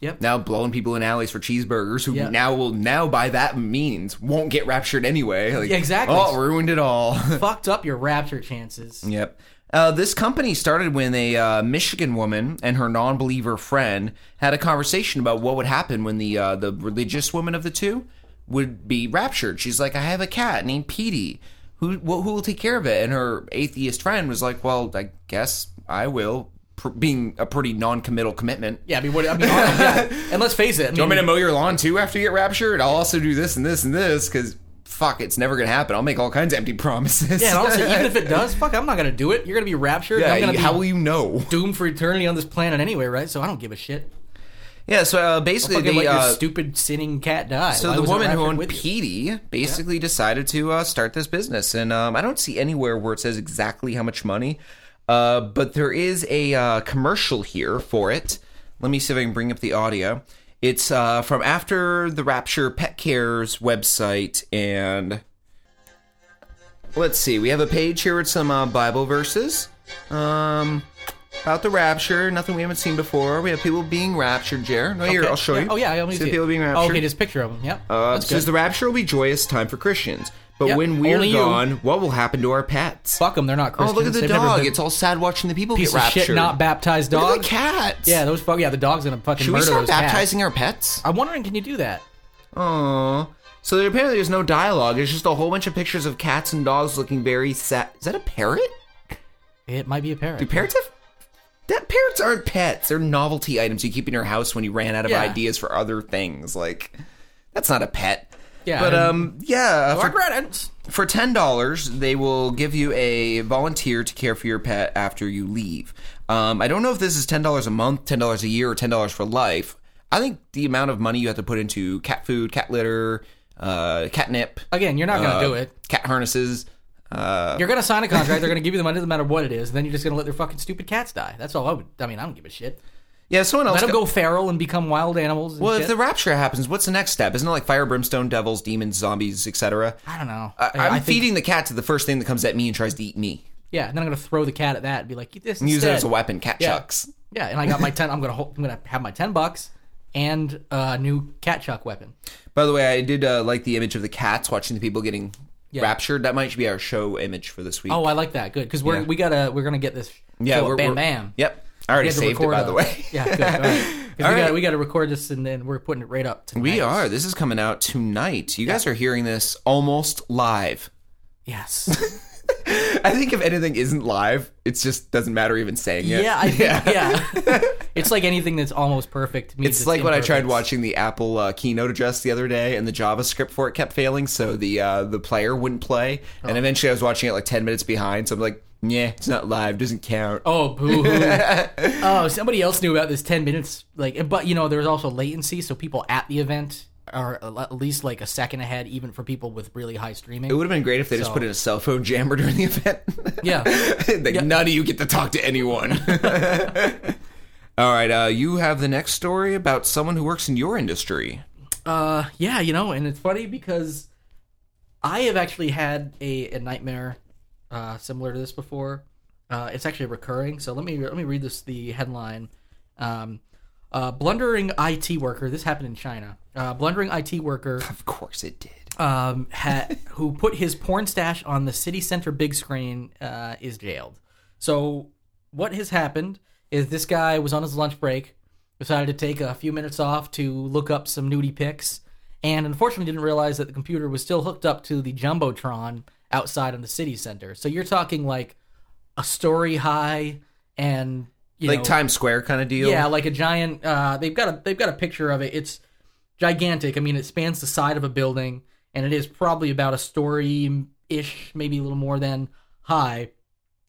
Speaker 3: Yep.
Speaker 2: Now blowing people in alleys for cheeseburgers who
Speaker 3: Yeah.
Speaker 2: now will now by that means won't get raptured anyway. Like,
Speaker 3: Yeah, exactly.
Speaker 2: Oh, ruined it all.
Speaker 3: fucked up your rapture chances.
Speaker 2: Yep. Uh, this company started when a uh, Michigan woman and her non-believer friend had a conversation about what would happen when the uh, the religious woman of the two would be raptured. She's like, "I have a cat named Petey. Who wh- who will take care of it?" And her atheist friend was like, "Well, I guess I will." Pr- being a pretty non-committal commitment.
Speaker 3: Yeah, I mean, what, I mean, yeah. and let's face it. I mean,
Speaker 2: You want me to mow your lawn too after you get raptured? I'll also do this and this and this because fuck, it's never gonna happen. I'll make all kinds of empty promises.
Speaker 3: yeah, and also, even if it does, fuck, I'm not gonna do it. You're gonna be raptured. and
Speaker 2: yeah,
Speaker 3: I'm gonna
Speaker 2: you-
Speaker 3: be
Speaker 2: how will you know?
Speaker 3: doomed for eternity on this planet anyway, right? So I don't give a shit.
Speaker 2: Yeah, so uh, basically,
Speaker 3: Fucking
Speaker 2: the,
Speaker 3: let
Speaker 2: uh,
Speaker 3: your stupid sinning cat die.
Speaker 2: so
Speaker 3: Why
Speaker 2: the
Speaker 3: was I
Speaker 2: woman who
Speaker 3: raptured
Speaker 2: owned
Speaker 3: with you?
Speaker 2: Petey basically decided to uh, start this business, and um, I don't see anywhere where it says exactly how much money, uh, but there is a uh, commercial here for it. Let me see if I can bring up the audio. It's uh, from after the Rapture Pet Care's website, and let's see, we have a page here with some uh, Bible verses. Um. About the rapture, nothing we haven't seen before. We have people being raptured, Jer. No, here,
Speaker 3: Okay.
Speaker 2: I'll show
Speaker 3: Yeah.
Speaker 2: you.
Speaker 3: Oh yeah, I only
Speaker 2: see
Speaker 3: see
Speaker 2: people
Speaker 3: it.
Speaker 2: being
Speaker 3: Oh,
Speaker 2: raptured.
Speaker 3: okay, just picture of him. Yep.
Speaker 2: Uh,
Speaker 3: That's
Speaker 2: says
Speaker 3: good.
Speaker 2: the rapture will be joyous time for Christians. But
Speaker 3: Yeah,
Speaker 2: when we're
Speaker 3: only you.
Speaker 2: gone, what will happen to our pets?
Speaker 3: Fuck them. They're not
Speaker 2: oh,
Speaker 3: Christians.
Speaker 2: look at the
Speaker 3: They've never
Speaker 2: dog.
Speaker 3: been-
Speaker 2: It's all sad watching the people
Speaker 3: piece
Speaker 2: get
Speaker 3: of
Speaker 2: raptured.
Speaker 3: shit, not baptized
Speaker 2: look
Speaker 3: dog.
Speaker 2: at the cats.
Speaker 3: Yeah, those fuck. Yeah, the dog's gonna fucking
Speaker 2: Should we
Speaker 3: murder
Speaker 2: start
Speaker 3: those cats.
Speaker 2: baptizing our pets?
Speaker 3: I'm wondering, can you do that?
Speaker 2: Aww. So there, apparently there's no dialogue. It's just a whole bunch of pictures of cats and dogs looking very sad. Is that a parrot?
Speaker 3: It might be a parrot.
Speaker 2: Do parrots have? That parrots aren't pets. They're novelty items you keep in your house when you ran out of
Speaker 3: Yeah.
Speaker 2: ideas for other things. Like, that's not a pet.
Speaker 3: Yeah,
Speaker 2: But
Speaker 3: and-
Speaker 2: um, yeah.
Speaker 3: Or
Speaker 2: For,
Speaker 3: parrots.
Speaker 2: for ten dollars, they will give you a volunteer to care for your pet after you leave. Um, I don't know if this is ten dollars a month, ten dollars a year, or ten dollars for life. I think the amount of money you have to put into cat food, cat litter, uh, catnip,
Speaker 3: Again, you're not gonna
Speaker 2: uh,
Speaker 3: do it.
Speaker 2: cat harnesses. Uh,
Speaker 3: You're gonna sign a contract. They're gonna give you the money, no matter what it is. And then you're just gonna let their fucking stupid cats die. That's all I would. I mean, I don't give a shit.
Speaker 2: yeah, someone else.
Speaker 3: Let them
Speaker 2: got-
Speaker 3: go feral and become wild animals. And
Speaker 2: Well, if
Speaker 3: shit.
Speaker 2: the rapture happens, what's the next step? Isn't it like fire, brimstone, devils, demons, zombies, etc.?
Speaker 3: I don't know.
Speaker 2: I-
Speaker 3: I
Speaker 2: I'm
Speaker 3: think-
Speaker 2: feeding the cat to the first thing that comes at me and tries to eat me.
Speaker 3: Yeah, and then I'm gonna throw the cat at that and be like, "Eat this."
Speaker 2: And use it
Speaker 3: instead."
Speaker 2: as a weapon. Cat
Speaker 3: Yeah.
Speaker 2: chucks.
Speaker 3: Yeah, and I got my ten. I'm gonna hold, I'm gonna have my ten bucks and a new cat chuck weapon.
Speaker 2: By the way, I did uh, like the image of the cats watching the people getting
Speaker 3: Yeah.
Speaker 2: raptured. That might be our show image for this week.
Speaker 3: Oh, I like that. Good because we're
Speaker 2: Yeah.
Speaker 3: we gotta we're gonna get this.
Speaker 2: yeah,
Speaker 3: show up,
Speaker 2: we're,
Speaker 3: bam
Speaker 2: we're-
Speaker 3: bam.
Speaker 2: Yep, I already
Speaker 3: We had to
Speaker 2: saved it.
Speaker 3: record
Speaker 2: By
Speaker 3: a-
Speaker 2: the way,
Speaker 3: yeah, good. All right. 'Cause we
Speaker 2: All
Speaker 3: got
Speaker 2: right.
Speaker 3: we got to record this and then we're putting it right up. Tonight.
Speaker 2: we are. This is coming out tonight. You guys are hearing this almost live.
Speaker 3: Yes.
Speaker 2: I think if anything isn't live, it just doesn't matter even saying it.
Speaker 3: Yeah. I think, yeah. it's like anything that's almost perfect. Means
Speaker 2: It's, like when I tried
Speaker 3: imperfect.
Speaker 2: watching the Apple uh, keynote address the other day, and the JavaScript for it kept failing, so the uh, the player wouldn't play.
Speaker 3: Oh.
Speaker 2: And eventually, I was watching it like ten minutes behind, so I'm like, "Yeah, it's not live, doesn't count."
Speaker 3: Oh, boo hoo. oh, somebody else knew about this 10 minutes. Like, but you know, there was also latency, so people at the event are a- at least like a second ahead, even for people with really high streaming.
Speaker 2: It would have been great if they just
Speaker 3: So-
Speaker 2: put in a cell phone jammer during the event.
Speaker 3: yeah.
Speaker 2: like none of you get to talk to anyone. All right, uh, you have the next story about someone who works in your industry.
Speaker 3: Uh, yeah, you know, and it's funny because I have actually had a, a nightmare uh, similar to this before. Uh, it's actually recurring. So let me let me read this the headline. Um, uh, blundering IT worker. This happened in China. Uh, blundering IT worker
Speaker 2: Of course, it did.
Speaker 3: um, ha- who put his porn stash on the city center big screen uh, is jailed. So what has happened is this guy was on his lunch break, decided to take a few minutes off to look up some nudie pics, and unfortunately didn't realize that the computer was still hooked up to the jumbotron outside on the city center. So you're talking like a story high and you
Speaker 2: Like
Speaker 3: know,
Speaker 2: Times Square kind of deal.
Speaker 3: yeah, like a giant. Uh, they've got a they've got a picture of it. It's gigantic. I mean, it spans the side of a building, and it is probably about a story ish, maybe a little more than high.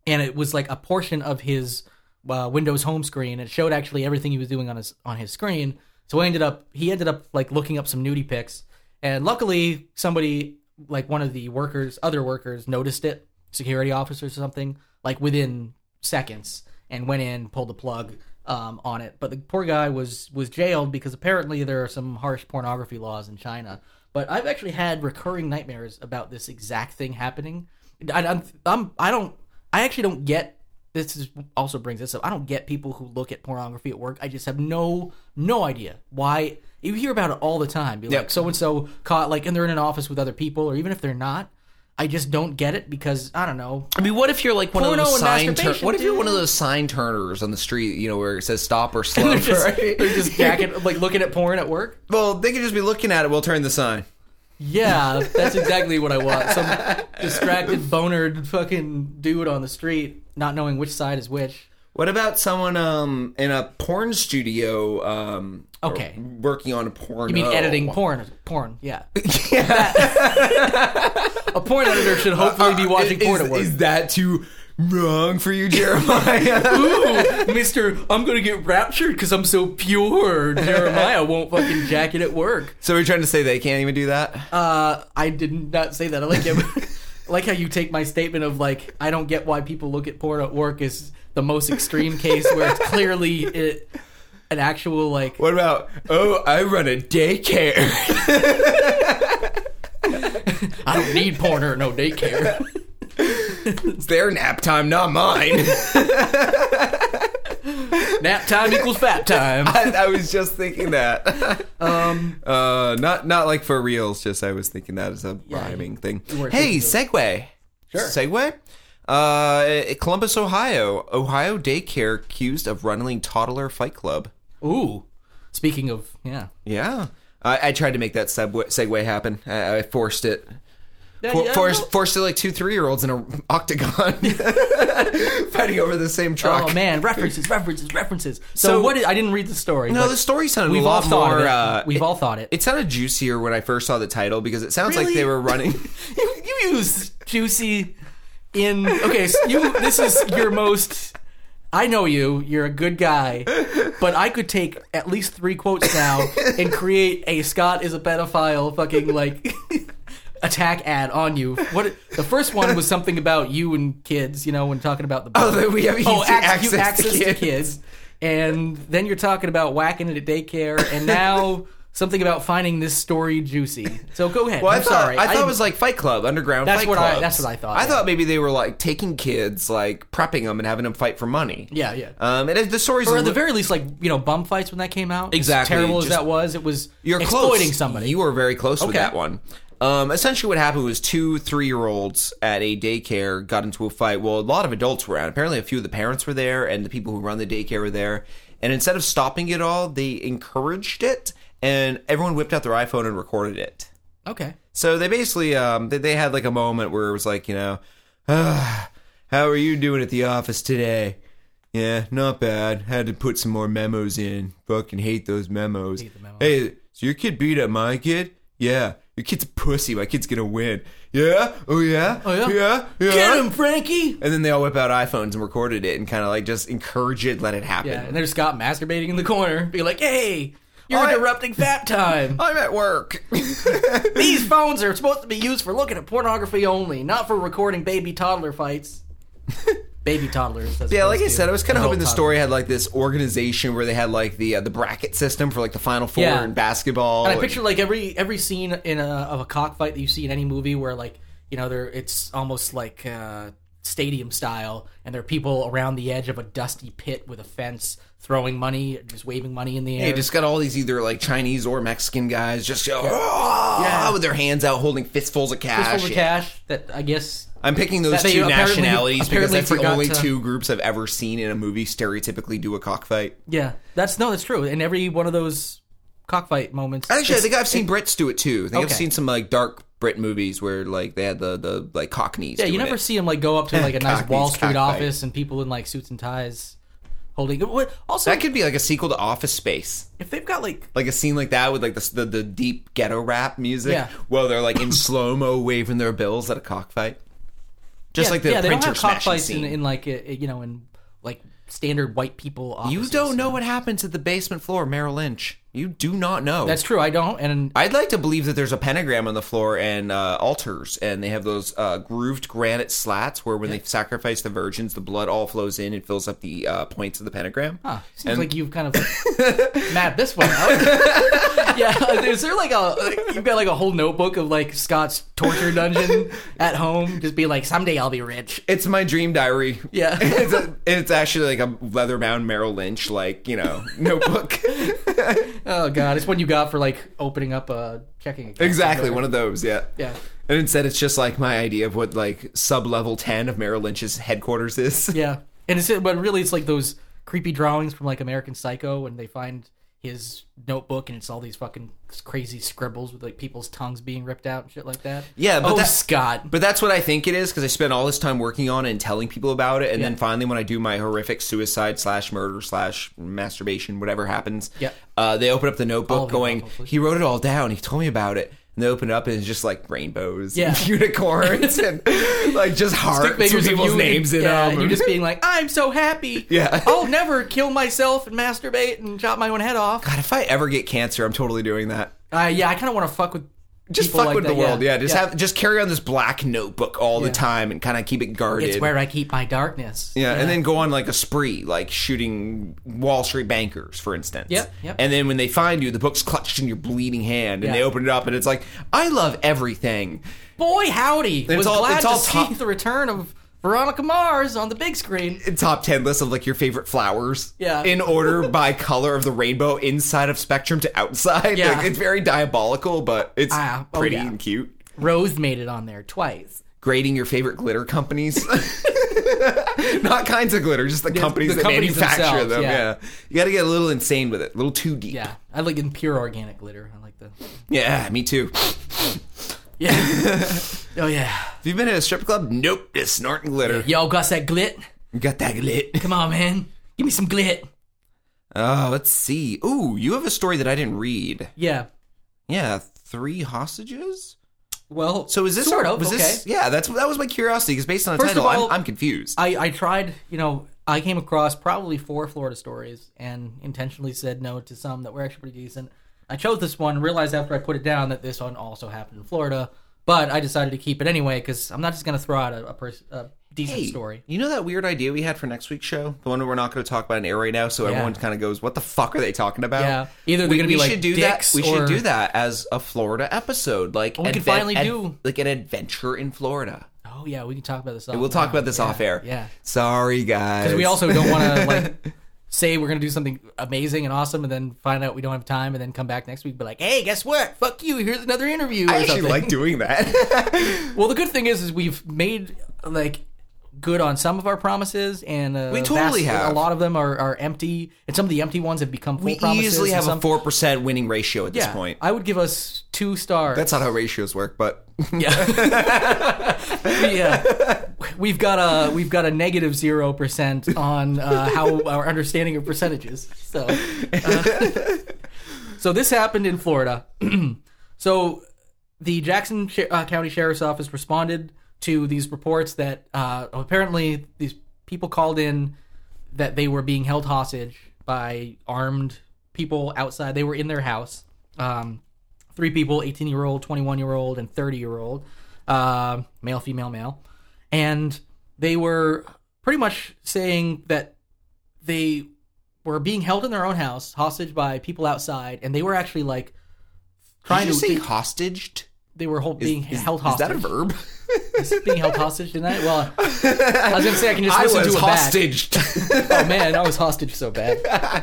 Speaker 3: And it was like a portion of his uh, Windows home screen. It showed actually everything he was doing on his on his screen. So I ended up he ended up like looking up some nudie pics, and luckily somebody like one of the workers, other workers, noticed it, security officers or something, like within seconds, and went in, pulled the plug um, on it. But the poor guy was was jailed because apparently there are some harsh pornography laws in China. But I've actually had recurring nightmares about this exact thing happening. I, I'm, I'm I don't I actually don't get this is also brings this up. I don't get people who look at pornography at work. I just have no no idea why. You hear about it all the time. Be like
Speaker 2: Yep.
Speaker 3: so and so caught like, and they're in an office with other people, or even if they're not. I just don't get it because I don't know.
Speaker 2: I mean, what if you're like one
Speaker 3: Porno
Speaker 2: of those
Speaker 3: and
Speaker 2: sign tur-
Speaker 3: masturbation,
Speaker 2: What if you're
Speaker 3: dude.
Speaker 2: one of those sign turners on the street, you know, where it says stop or slow?
Speaker 3: They're just,
Speaker 2: right?
Speaker 3: they're just jacking, like looking at porn at work.
Speaker 2: well, they could just be looking at it. We'll turn the sign.
Speaker 3: Yeah, that's exactly what I want. Some distracted bonered fucking dude on the street, not knowing which side is which.
Speaker 2: What about someone um in a porn studio um
Speaker 3: Okay.
Speaker 2: working on a porn?
Speaker 3: You mean editing porn? Porn, yeah. Uh, a porn editor should hopefully be watching porn at work.
Speaker 2: Uh, Is that too wrong for you, Jeremiah?
Speaker 3: Ooh, Mister, I'm gonna get raptured because I'm so pure. Jeremiah won't fucking jack it at work.
Speaker 2: so we're trying to say they can't even do that.
Speaker 3: Uh, I did not say that. I like it. I like how you take my statement of like I don't get why people look at porn at work is the most extreme case where it's clearly it, an actual like
Speaker 2: what about oh, I run a daycare?
Speaker 3: I don't need porn or no daycare.
Speaker 2: it's their nap time, not mine.
Speaker 3: Nap time equals fat time.
Speaker 2: I, I was just thinking that.
Speaker 3: Um,
Speaker 2: Uh, not not like for reals. Just I was thinking that as a
Speaker 3: Yeah,
Speaker 2: rhyming thing.
Speaker 3: weren't
Speaker 2: Hey,
Speaker 3: thinking
Speaker 2: segue.
Speaker 3: Sure.
Speaker 2: Segue. Uh, Columbus, Ohio. Ohio daycare accused of running toddler fight club.
Speaker 3: ooh. Speaking of, yeah.
Speaker 2: Yeah, I, I tried to make that segue, segue happen. I, I forced it. For,
Speaker 3: yeah,
Speaker 2: forced, forced it like two three year olds in an octagon fighting over the same truck.
Speaker 3: Oh man, references, references, references. So,
Speaker 2: So-
Speaker 3: what? Is, I didn't read the story.
Speaker 2: No,
Speaker 3: but
Speaker 2: the story sounded
Speaker 3: We've
Speaker 2: a
Speaker 3: all
Speaker 2: lot
Speaker 3: thought
Speaker 2: more.
Speaker 3: it.
Speaker 2: Uh,
Speaker 3: We've
Speaker 2: it-
Speaker 3: all thought it.
Speaker 2: It sounded juicier when I first saw the title because it sounds like
Speaker 3: Really?
Speaker 2: they were running.
Speaker 3: you, you use juicy in okay. So you this is your most. I know you. You're a good guy, but I could take at least three quotes now and create a Scott is a pedophile fucking like attack ad on you. What the first one was something about you and kids, you know, when talking about the
Speaker 2: Oh, that we have
Speaker 3: oh,
Speaker 2: easy
Speaker 3: ac- you
Speaker 2: access to
Speaker 3: access to
Speaker 2: kids.
Speaker 3: kids, and then you're talking about whacking it at daycare, and now something about finding this story juicy. So go ahead.
Speaker 2: Well, I
Speaker 3: I'm
Speaker 2: thought,
Speaker 3: sorry.
Speaker 2: I thought it
Speaker 3: I'm-
Speaker 2: was like Fight Club, underground.
Speaker 3: That's
Speaker 2: Fight
Speaker 3: what I-
Speaker 2: Clubs.
Speaker 3: that's what I thought,
Speaker 2: I
Speaker 3: yeah.
Speaker 2: thought maybe they were like taking kids, like prepping them and having them fight for money.
Speaker 3: Yeah, yeah.
Speaker 2: Um, and it- the story's
Speaker 3: or
Speaker 2: a
Speaker 3: at the
Speaker 2: li-
Speaker 3: very least, like you know, bum fights when that came out. As
Speaker 2: Exactly,
Speaker 3: terrible as
Speaker 2: just-
Speaker 3: that was, it was
Speaker 2: you're
Speaker 3: exploiting
Speaker 2: close.
Speaker 3: somebody.
Speaker 2: You were very close with
Speaker 3: Okay.
Speaker 2: that one. Um, essentially, what happened was two three year olds at a daycare got into a fight. Well, a lot of adults were out. Apparently, a few of the parents were there, and the people who run the daycare were there. And instead of stopping it all, they encouraged it, and everyone whipped out their iPhone and recorded it.
Speaker 3: okay.
Speaker 2: So they basically um they, they had like a moment where it was like, you know, "Ah, how are you doing at the office today? Yeah, not bad. Had to put some more memos in. Fucking hate those memos.
Speaker 3: the memos.
Speaker 2: Hey, so your kid beat up my kid? Yeah. Your kid's a pussy. My kid's gonna win. Yeah? Oh yeah?
Speaker 3: Oh, yeah?
Speaker 2: Yeah? Yeah.
Speaker 3: Get him, Frankie.
Speaker 2: And then they all whip out iPhones and recorded it and kind of like just encourage it, let it happen.
Speaker 3: Yeah, and there's Scott masturbating in the corner, being like, "Hey, you're
Speaker 2: I-
Speaker 3: interrupting fat time.
Speaker 2: I'm at work.
Speaker 3: These phones are supposed to be used for looking at pornography only, not for recording baby toddler fights." baby toddlers. as
Speaker 2: Yeah, like I
Speaker 3: opposed to
Speaker 2: said, I was kind of
Speaker 3: adult
Speaker 2: hoping the
Speaker 3: toddlers.
Speaker 2: story had like this organization where they had like the uh, the bracket system for like the Final Four
Speaker 3: Yeah.
Speaker 2: and basketball.
Speaker 3: And I picture like every every scene in a of a cockfight that you see in any movie where like you know there it's almost like uh, stadium style, and there are people around the edge of a dusty pit with a fence throwing money, just waving money in the air.
Speaker 2: They just got all these either like Chinese or Mexican guys just go "Ah,"
Speaker 3: Yeah.
Speaker 2: with their hands out holding fistfuls of cash.
Speaker 3: Fistfuls of cash that I guess
Speaker 2: I'm picking those
Speaker 3: That they
Speaker 2: two
Speaker 3: apparently-
Speaker 2: nationalities because
Speaker 3: apparently
Speaker 2: that's the
Speaker 3: forgot
Speaker 2: only
Speaker 3: to-
Speaker 2: two groups I've ever seen in a movie stereotypically do a cockfight.
Speaker 3: yeah that's no that's true. In every one of those cockfight moments,
Speaker 2: Actually, I think I've seen Brits do it too. I think
Speaker 3: Okay.
Speaker 2: I've seen some like dark Brit movies where like they had the the like Cockneys.
Speaker 3: yeah, you never see them like go up to like a nice
Speaker 2: Cockneys,
Speaker 3: Wall Street
Speaker 2: cockfight.
Speaker 3: office and people in like suits and ties holding. what- Also,
Speaker 2: that could be like a sequel to Office Space.
Speaker 3: if they've got like
Speaker 2: like a scene like that with like the the, the deep ghetto rap music.
Speaker 3: Yeah.
Speaker 2: Well, they're like in slow mo waving their bills at a cockfight. Just like the
Speaker 3: yeah, they don't
Speaker 2: printer
Speaker 3: have
Speaker 2: smashing
Speaker 3: cockfights in,
Speaker 2: scene.
Speaker 3: in like uh you know in like standard white people. Offices.
Speaker 2: you don't know what happens at the basement floor, of Merrill Lynch. You do not know.
Speaker 3: That's true. I don't. And
Speaker 2: I'd like to believe that there's a pentagram on the floor and uh, altars, and they have those uh, grooved granite slats where when they sacrifice the virgins, the blood all flows in and fills up the uh, points of the pentagram.
Speaker 3: huh, seems like you've kind of mapped this one out. yeah. uh, Is there like a you've got like a whole notebook of like Scott's torture dungeon at home? Just be like, someday I'll be rich.
Speaker 2: It's my dream diary.
Speaker 3: Yeah.
Speaker 2: it's, a, it's actually like a leather bound Merrill Lynch, like, you know, notebook.
Speaker 3: Oh god, it's one you got for like opening up a checking account.
Speaker 2: Exactly, one of those, yeah.
Speaker 3: Yeah.
Speaker 2: And instead it's just like my idea of what like sub level ten of Merrill Lynch's headquarters is.
Speaker 3: Yeah, and it's but really it's like those creepy drawings from like American Psycho, and they find his notebook, and it's all these fucking crazy scribbles with like people's tongues being ripped out and shit like that.
Speaker 2: Yeah, but
Speaker 3: oh
Speaker 2: that-
Speaker 3: Scott,
Speaker 2: But that's what I think it is because I spent all this time working on it and telling people about it, and then
Speaker 3: Yeah.
Speaker 2: finally, when I do my horrific suicide slash murder slash masturbation, whatever happens,
Speaker 3: Yeah.
Speaker 2: uh, they open up the
Speaker 3: All
Speaker 2: notebook,
Speaker 3: of the
Speaker 2: going,
Speaker 3: above, hopefully.
Speaker 2: "He wrote it all down. He told me about it." And they open it up and it's just like rainbows,
Speaker 3: Yeah.
Speaker 2: and unicorns, and like just hearts
Speaker 3: Stick
Speaker 2: with
Speaker 3: figures of
Speaker 2: people's
Speaker 3: you
Speaker 2: names
Speaker 3: and,
Speaker 2: in
Speaker 3: yeah,
Speaker 2: them.
Speaker 3: and you just being like, I'm so happy.
Speaker 2: Yeah.
Speaker 3: I'll never kill myself and masturbate and chop my own head off.
Speaker 2: God, if I ever get cancer, I'm totally doing that.
Speaker 3: Uh, yeah, I kind of want to fuck with
Speaker 2: Just
Speaker 3: people
Speaker 2: fuck
Speaker 3: like
Speaker 2: with
Speaker 3: that,
Speaker 2: the world, yeah. just have just carry on this black notebook all
Speaker 3: Yeah.
Speaker 2: the time and kind of keep it guarded.
Speaker 3: it's where I keep my darkness.
Speaker 2: Yeah, and then go on like a spree, like shooting Wall Street bankers, for instance.
Speaker 3: Yep, yep.
Speaker 2: And then when they find you, the book's clutched in your bleeding hand, and
Speaker 3: Yeah.
Speaker 2: they open it up, and it's like, I love everything.
Speaker 3: boy howdy, was
Speaker 2: all-
Speaker 3: glad
Speaker 2: it's all
Speaker 3: to
Speaker 2: top-
Speaker 3: see the return of Veronica Mars on the big screen.
Speaker 4: top 10 list of like your favorite flowers
Speaker 3: Yeah.
Speaker 4: in order by color of the rainbow inside of spectrum to outside
Speaker 3: Yeah.
Speaker 4: like, it's very diabolical but it's
Speaker 3: Ah, oh,
Speaker 4: pretty
Speaker 3: yeah.
Speaker 4: and cute
Speaker 3: Rose made it on there twice.
Speaker 4: grading your favorite glitter companies not kinds of glitter just the companies
Speaker 3: the
Speaker 4: that
Speaker 3: companies
Speaker 4: manufacture
Speaker 3: themselves,
Speaker 4: them yeah.
Speaker 3: yeah.
Speaker 4: you gotta get a little insane with it a little too deep
Speaker 3: Yeah, I like in pure organic glitter. I like the.
Speaker 4: Yeah, me too
Speaker 3: Yeah. oh yeah.
Speaker 4: have you been at a strip club nope just snorting glitter
Speaker 3: Yo, got that glit?
Speaker 4: You got that glit
Speaker 3: Come on, man. Give me some glit.
Speaker 2: Oh, let's see. Ooh, you have a story that I didn't read.
Speaker 3: Yeah.
Speaker 2: Yeah, three hostages.
Speaker 3: Well,
Speaker 2: So is this
Speaker 3: sort
Speaker 2: our-
Speaker 3: of
Speaker 2: was
Speaker 3: okay?
Speaker 2: this- yeah, that's that was my curiosity because based on the
Speaker 3: First of
Speaker 2: title,
Speaker 3: all-
Speaker 2: I'm, I'm confused.
Speaker 3: I, I tried, you know, I came across probably four Florida stories and intentionally said no to some that were actually pretty decent. I chose this one, realized after I put it down that this one also happened in Florida, but I decided to keep it anyway because I'm not just going to throw out a, a, pers- a decent
Speaker 2: Hey,
Speaker 3: story.
Speaker 2: You know that weird idea we had for next week's show? The one that we're not going to talk about in air right now, so everyone kind of goes, "What the fuck are they talking about?"
Speaker 3: Yeah. Either they're
Speaker 2: we,
Speaker 3: gonna be
Speaker 2: we
Speaker 3: like
Speaker 2: should do
Speaker 3: dicks
Speaker 2: that. We
Speaker 3: or-
Speaker 2: should do that as a Florida episode, like
Speaker 3: we could
Speaker 2: adven-
Speaker 3: finally
Speaker 2: ad-
Speaker 3: do-
Speaker 2: like an adventure in Florida.
Speaker 3: Oh, yeah, we can talk about this. Off
Speaker 2: We'll talk about this off air.
Speaker 3: yeah.
Speaker 2: Sorry, guys.
Speaker 3: Because we also don't want to, like, say we're going to do something amazing and awesome and then find out we don't have time and then come back next week and be like, hey, guess what? Fuck you. Here's another interview.
Speaker 4: i
Speaker 3: or
Speaker 4: actually
Speaker 3: something.
Speaker 4: like doing that
Speaker 3: Well, the good thing is, is we've made like good on some of our promises, and uh,
Speaker 2: We totally have.
Speaker 3: A lot of them are, are empty, and some of the empty ones have become full
Speaker 2: we
Speaker 3: promises.
Speaker 2: easily
Speaker 3: and
Speaker 2: have
Speaker 3: some,
Speaker 2: a four percent winning ratio at this
Speaker 3: yeah,
Speaker 2: point.
Speaker 3: I would give us two stars.
Speaker 4: that's not how ratios work but
Speaker 3: yeah. we, uh, we've got a we've got a negative zero percent on uh, how our understanding of percentages. So, uh, so this happened in Florida. so, the Jackson Sh- uh, County Sheriff's Office responded to these reports that uh, apparently these people called in that they were being held hostage by armed people outside. They were in their house. Um, three people 18 year old 21 year old and 30 year old uh, male female male and they were pretty much saying that they were being held in their own house hostage by people outside and they were actually like trying
Speaker 2: Did you
Speaker 3: to
Speaker 2: say
Speaker 3: they,
Speaker 2: hostaged?
Speaker 3: they were hold, being held
Speaker 4: is
Speaker 3: hostage
Speaker 4: that a verb
Speaker 3: being held hostage tonight well i was gonna say i can just
Speaker 4: i
Speaker 3: listen
Speaker 4: was
Speaker 3: to it back
Speaker 4: hostaged
Speaker 3: oh man, I was hostage so bad.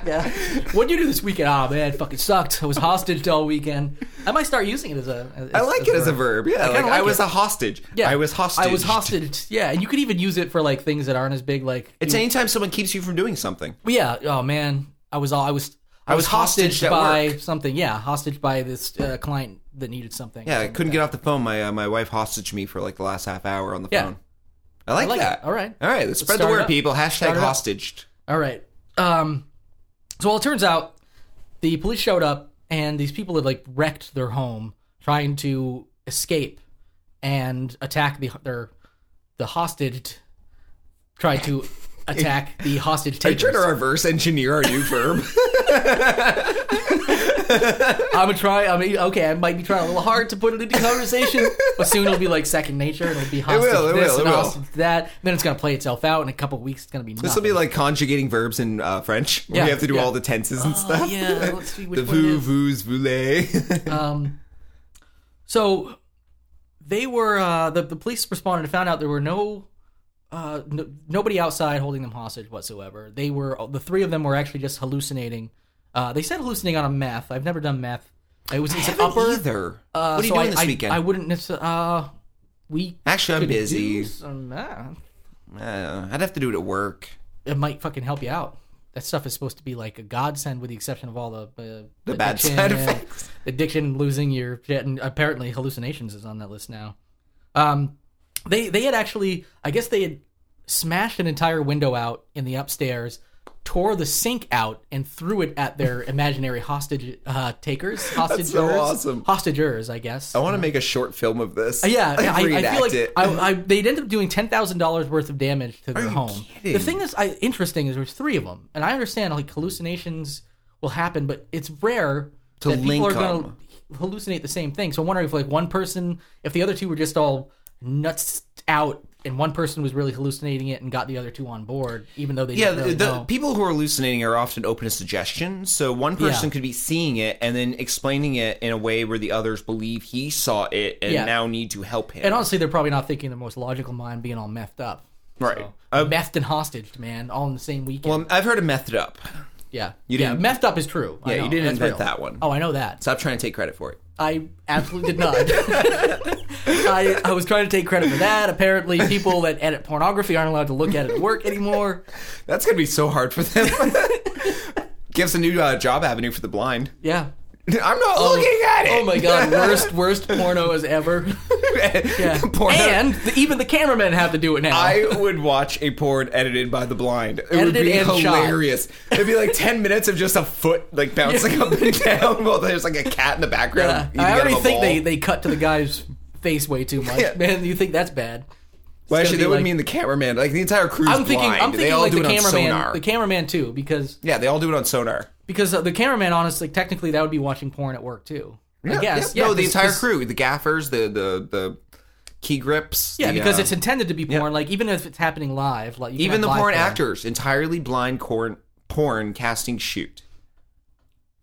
Speaker 3: yeah. What'd you do this weekend? Oh man, fucking sucked. I was hostage all weekend. I might start using it as a. As,
Speaker 4: I like it as a
Speaker 3: verb.
Speaker 4: verb. Yeah, I, like,
Speaker 3: kinda
Speaker 4: I
Speaker 3: like
Speaker 4: was
Speaker 3: it.
Speaker 4: a hostage.
Speaker 3: Yeah.
Speaker 4: I was hostage.
Speaker 3: I was hostage. Yeah, and you could even use it for like things that aren't as big. Like
Speaker 2: It's
Speaker 3: you-
Speaker 2: anytime someone keeps you from doing something.
Speaker 3: yeah. Oh man, I was all I was. I,
Speaker 2: was hostaged at
Speaker 3: by
Speaker 2: work.
Speaker 3: something. Yeah, hostage by this uh, client that needed something.
Speaker 2: Yeah, I couldn't get off the phone. My uh, my wife hostaged me for like the last half hour on the
Speaker 3: Yeah.
Speaker 2: phone. I like,
Speaker 3: like
Speaker 2: that.
Speaker 3: it. All right.
Speaker 2: all right. Let's spread the
Speaker 3: start it
Speaker 2: word,
Speaker 3: up.
Speaker 2: people. Hashtag
Speaker 3: it up.
Speaker 2: hostaged.
Speaker 3: All right. Um, so well, it turns out the police showed up and these people had like wrecked their home trying to escape and attack the their the hostage tried to attack the hostage
Speaker 4: Are you trying to
Speaker 3: takers.
Speaker 4: reverse engineer our new verb?
Speaker 3: I'm gonna try. I mean, okay, I might be trying a little hard to put it into conversation, but soon it'll be like second nature. and It'll be hostage
Speaker 4: will, it
Speaker 3: this
Speaker 4: will, it
Speaker 3: and
Speaker 4: will.
Speaker 3: hostage that. And then it's gonna play itself out in a couple weeks. It's gonna be
Speaker 4: this will be like conjugating verbs in uh, French. where
Speaker 3: Yeah,
Speaker 4: we have to do
Speaker 3: yeah.
Speaker 4: all the tenses and stuff.
Speaker 3: yeah. Let's see which
Speaker 4: the
Speaker 3: one it
Speaker 4: vous,
Speaker 3: is.
Speaker 4: vous, voulez.
Speaker 3: Um, so they were uh, the the police responded and found out there were no. Uh, no, nobody outside holding them hostage whatsoever. They were the three of them were actually just hallucinating. Uh, they said hallucinating on a meth. I've never done meth. It was it's an
Speaker 2: Haven't
Speaker 3: upper.
Speaker 2: either.
Speaker 3: Uh,
Speaker 2: what are you
Speaker 3: so
Speaker 2: doing
Speaker 3: I,
Speaker 2: this
Speaker 3: I-
Speaker 2: weekend?
Speaker 3: I wouldn't necessarily. Uh, we
Speaker 2: Actually, I'm
Speaker 3: could do
Speaker 2: busy.
Speaker 3: some meth.
Speaker 2: Uh, I'd have to do it at work.
Speaker 3: It might fucking help you out. That stuff is supposed to be like a godsend, with the exception of all the uh,
Speaker 4: The bad side
Speaker 3: addiction,
Speaker 4: effects.
Speaker 3: addiction, losing your shit, and apparently hallucinations is on that list now. Um, they they had actually, I guess they had smashed an entire window out in the upstairs, tore the sink out, and threw it at their imaginary hostage uh, takers, hostagers,
Speaker 4: so awesome.
Speaker 3: hostagers, I guess.
Speaker 4: I want to make a short film of this.
Speaker 3: Uh, Yeah,
Speaker 4: Like,
Speaker 3: I, I
Speaker 4: reenact
Speaker 3: feel like
Speaker 4: it.
Speaker 3: I, I, they'd end up doing ten thousand dollars worth of damage to their home.
Speaker 2: kidding?
Speaker 3: The thing that's I, interesting is there's three of them, and I understand like hallucinations will happen, but it's rare
Speaker 2: To
Speaker 3: that
Speaker 2: link
Speaker 3: people are going
Speaker 2: 'em.
Speaker 3: to hallucinate the same thing. So I'm wondering if like one person, if the other two were just all nuts out, and one person was really hallucinating it and got the other two on board, even though they
Speaker 2: Yeah,
Speaker 3: didn't really
Speaker 2: the, the
Speaker 3: know.
Speaker 2: people who are hallucinating are often open to suggestion. So one person could be seeing it and then explaining it in a way where the others believe he saw it and
Speaker 3: Yeah.
Speaker 2: now need to help him.
Speaker 3: and honestly, they're probably not thinking their most logical mind being all messed up.
Speaker 4: Right.
Speaker 3: So,
Speaker 4: Uh,
Speaker 3: methed and hostaged, man, all in the same weekend.
Speaker 2: Well, I've heard of methed up.
Speaker 3: yeah,
Speaker 2: you
Speaker 3: yeah,
Speaker 2: didn't-
Speaker 3: methed up is true. I
Speaker 2: Yeah, you
Speaker 3: know.
Speaker 2: didn't
Speaker 3: That's
Speaker 2: invent
Speaker 3: real.
Speaker 2: that one.
Speaker 3: Oh, I know that.
Speaker 2: Stop trying to take credit for it.
Speaker 3: I absolutely did not. I, I was trying to take credit for that. Apparently, people that edit pornography aren't allowed to look at it at work anymore.
Speaker 2: That's gonna be so hard for them.
Speaker 4: Gives a new uh, job avenue for the blind.
Speaker 3: Yeah.
Speaker 4: I'm not looking at it.
Speaker 3: Oh my god, worst worst porno as ever. Yeah.
Speaker 4: Porno-
Speaker 3: And the, even the cameramen have to do it now.
Speaker 4: I would watch a porn edited by the blind. It would
Speaker 3: Edited
Speaker 4: be
Speaker 3: and shot.
Speaker 4: hilarious. It'd be like ten minutes of just a foot like bouncing up and down while there's like a cat in the
Speaker 3: Yeah.
Speaker 4: background. eating
Speaker 3: I
Speaker 4: out of
Speaker 3: already
Speaker 4: a
Speaker 3: think
Speaker 4: ball.
Speaker 3: they, they cut to the guy's face way too much.
Speaker 4: Yeah.
Speaker 3: Man, you think that's bad.
Speaker 4: Well,
Speaker 3: It's
Speaker 4: actually, that
Speaker 3: gonna be
Speaker 4: would
Speaker 3: like-
Speaker 4: mean the cameraman, like the entire crew's
Speaker 3: I'm thinking
Speaker 4: blind.
Speaker 3: I'm thinking
Speaker 4: they all
Speaker 3: like
Speaker 4: do
Speaker 3: the
Speaker 4: it on
Speaker 3: cameraman
Speaker 4: sonar.
Speaker 3: the cameraman too, because
Speaker 4: yeah, they all do it on sonar.
Speaker 3: because uh, the cameraman honestly technically that would be watching porn at work too. I guess.
Speaker 2: no, the
Speaker 3: 'cause-
Speaker 2: entire
Speaker 3: 'cause-
Speaker 2: crew, the gaffers, the the the key grips.
Speaker 3: Yeah,
Speaker 2: the,
Speaker 3: because
Speaker 2: uh,
Speaker 3: it's intended to be porn. Like even if it's happening live, like you can
Speaker 2: even
Speaker 3: have
Speaker 2: the
Speaker 3: live
Speaker 2: porn actors, entirely blind corn, porn casting shoot.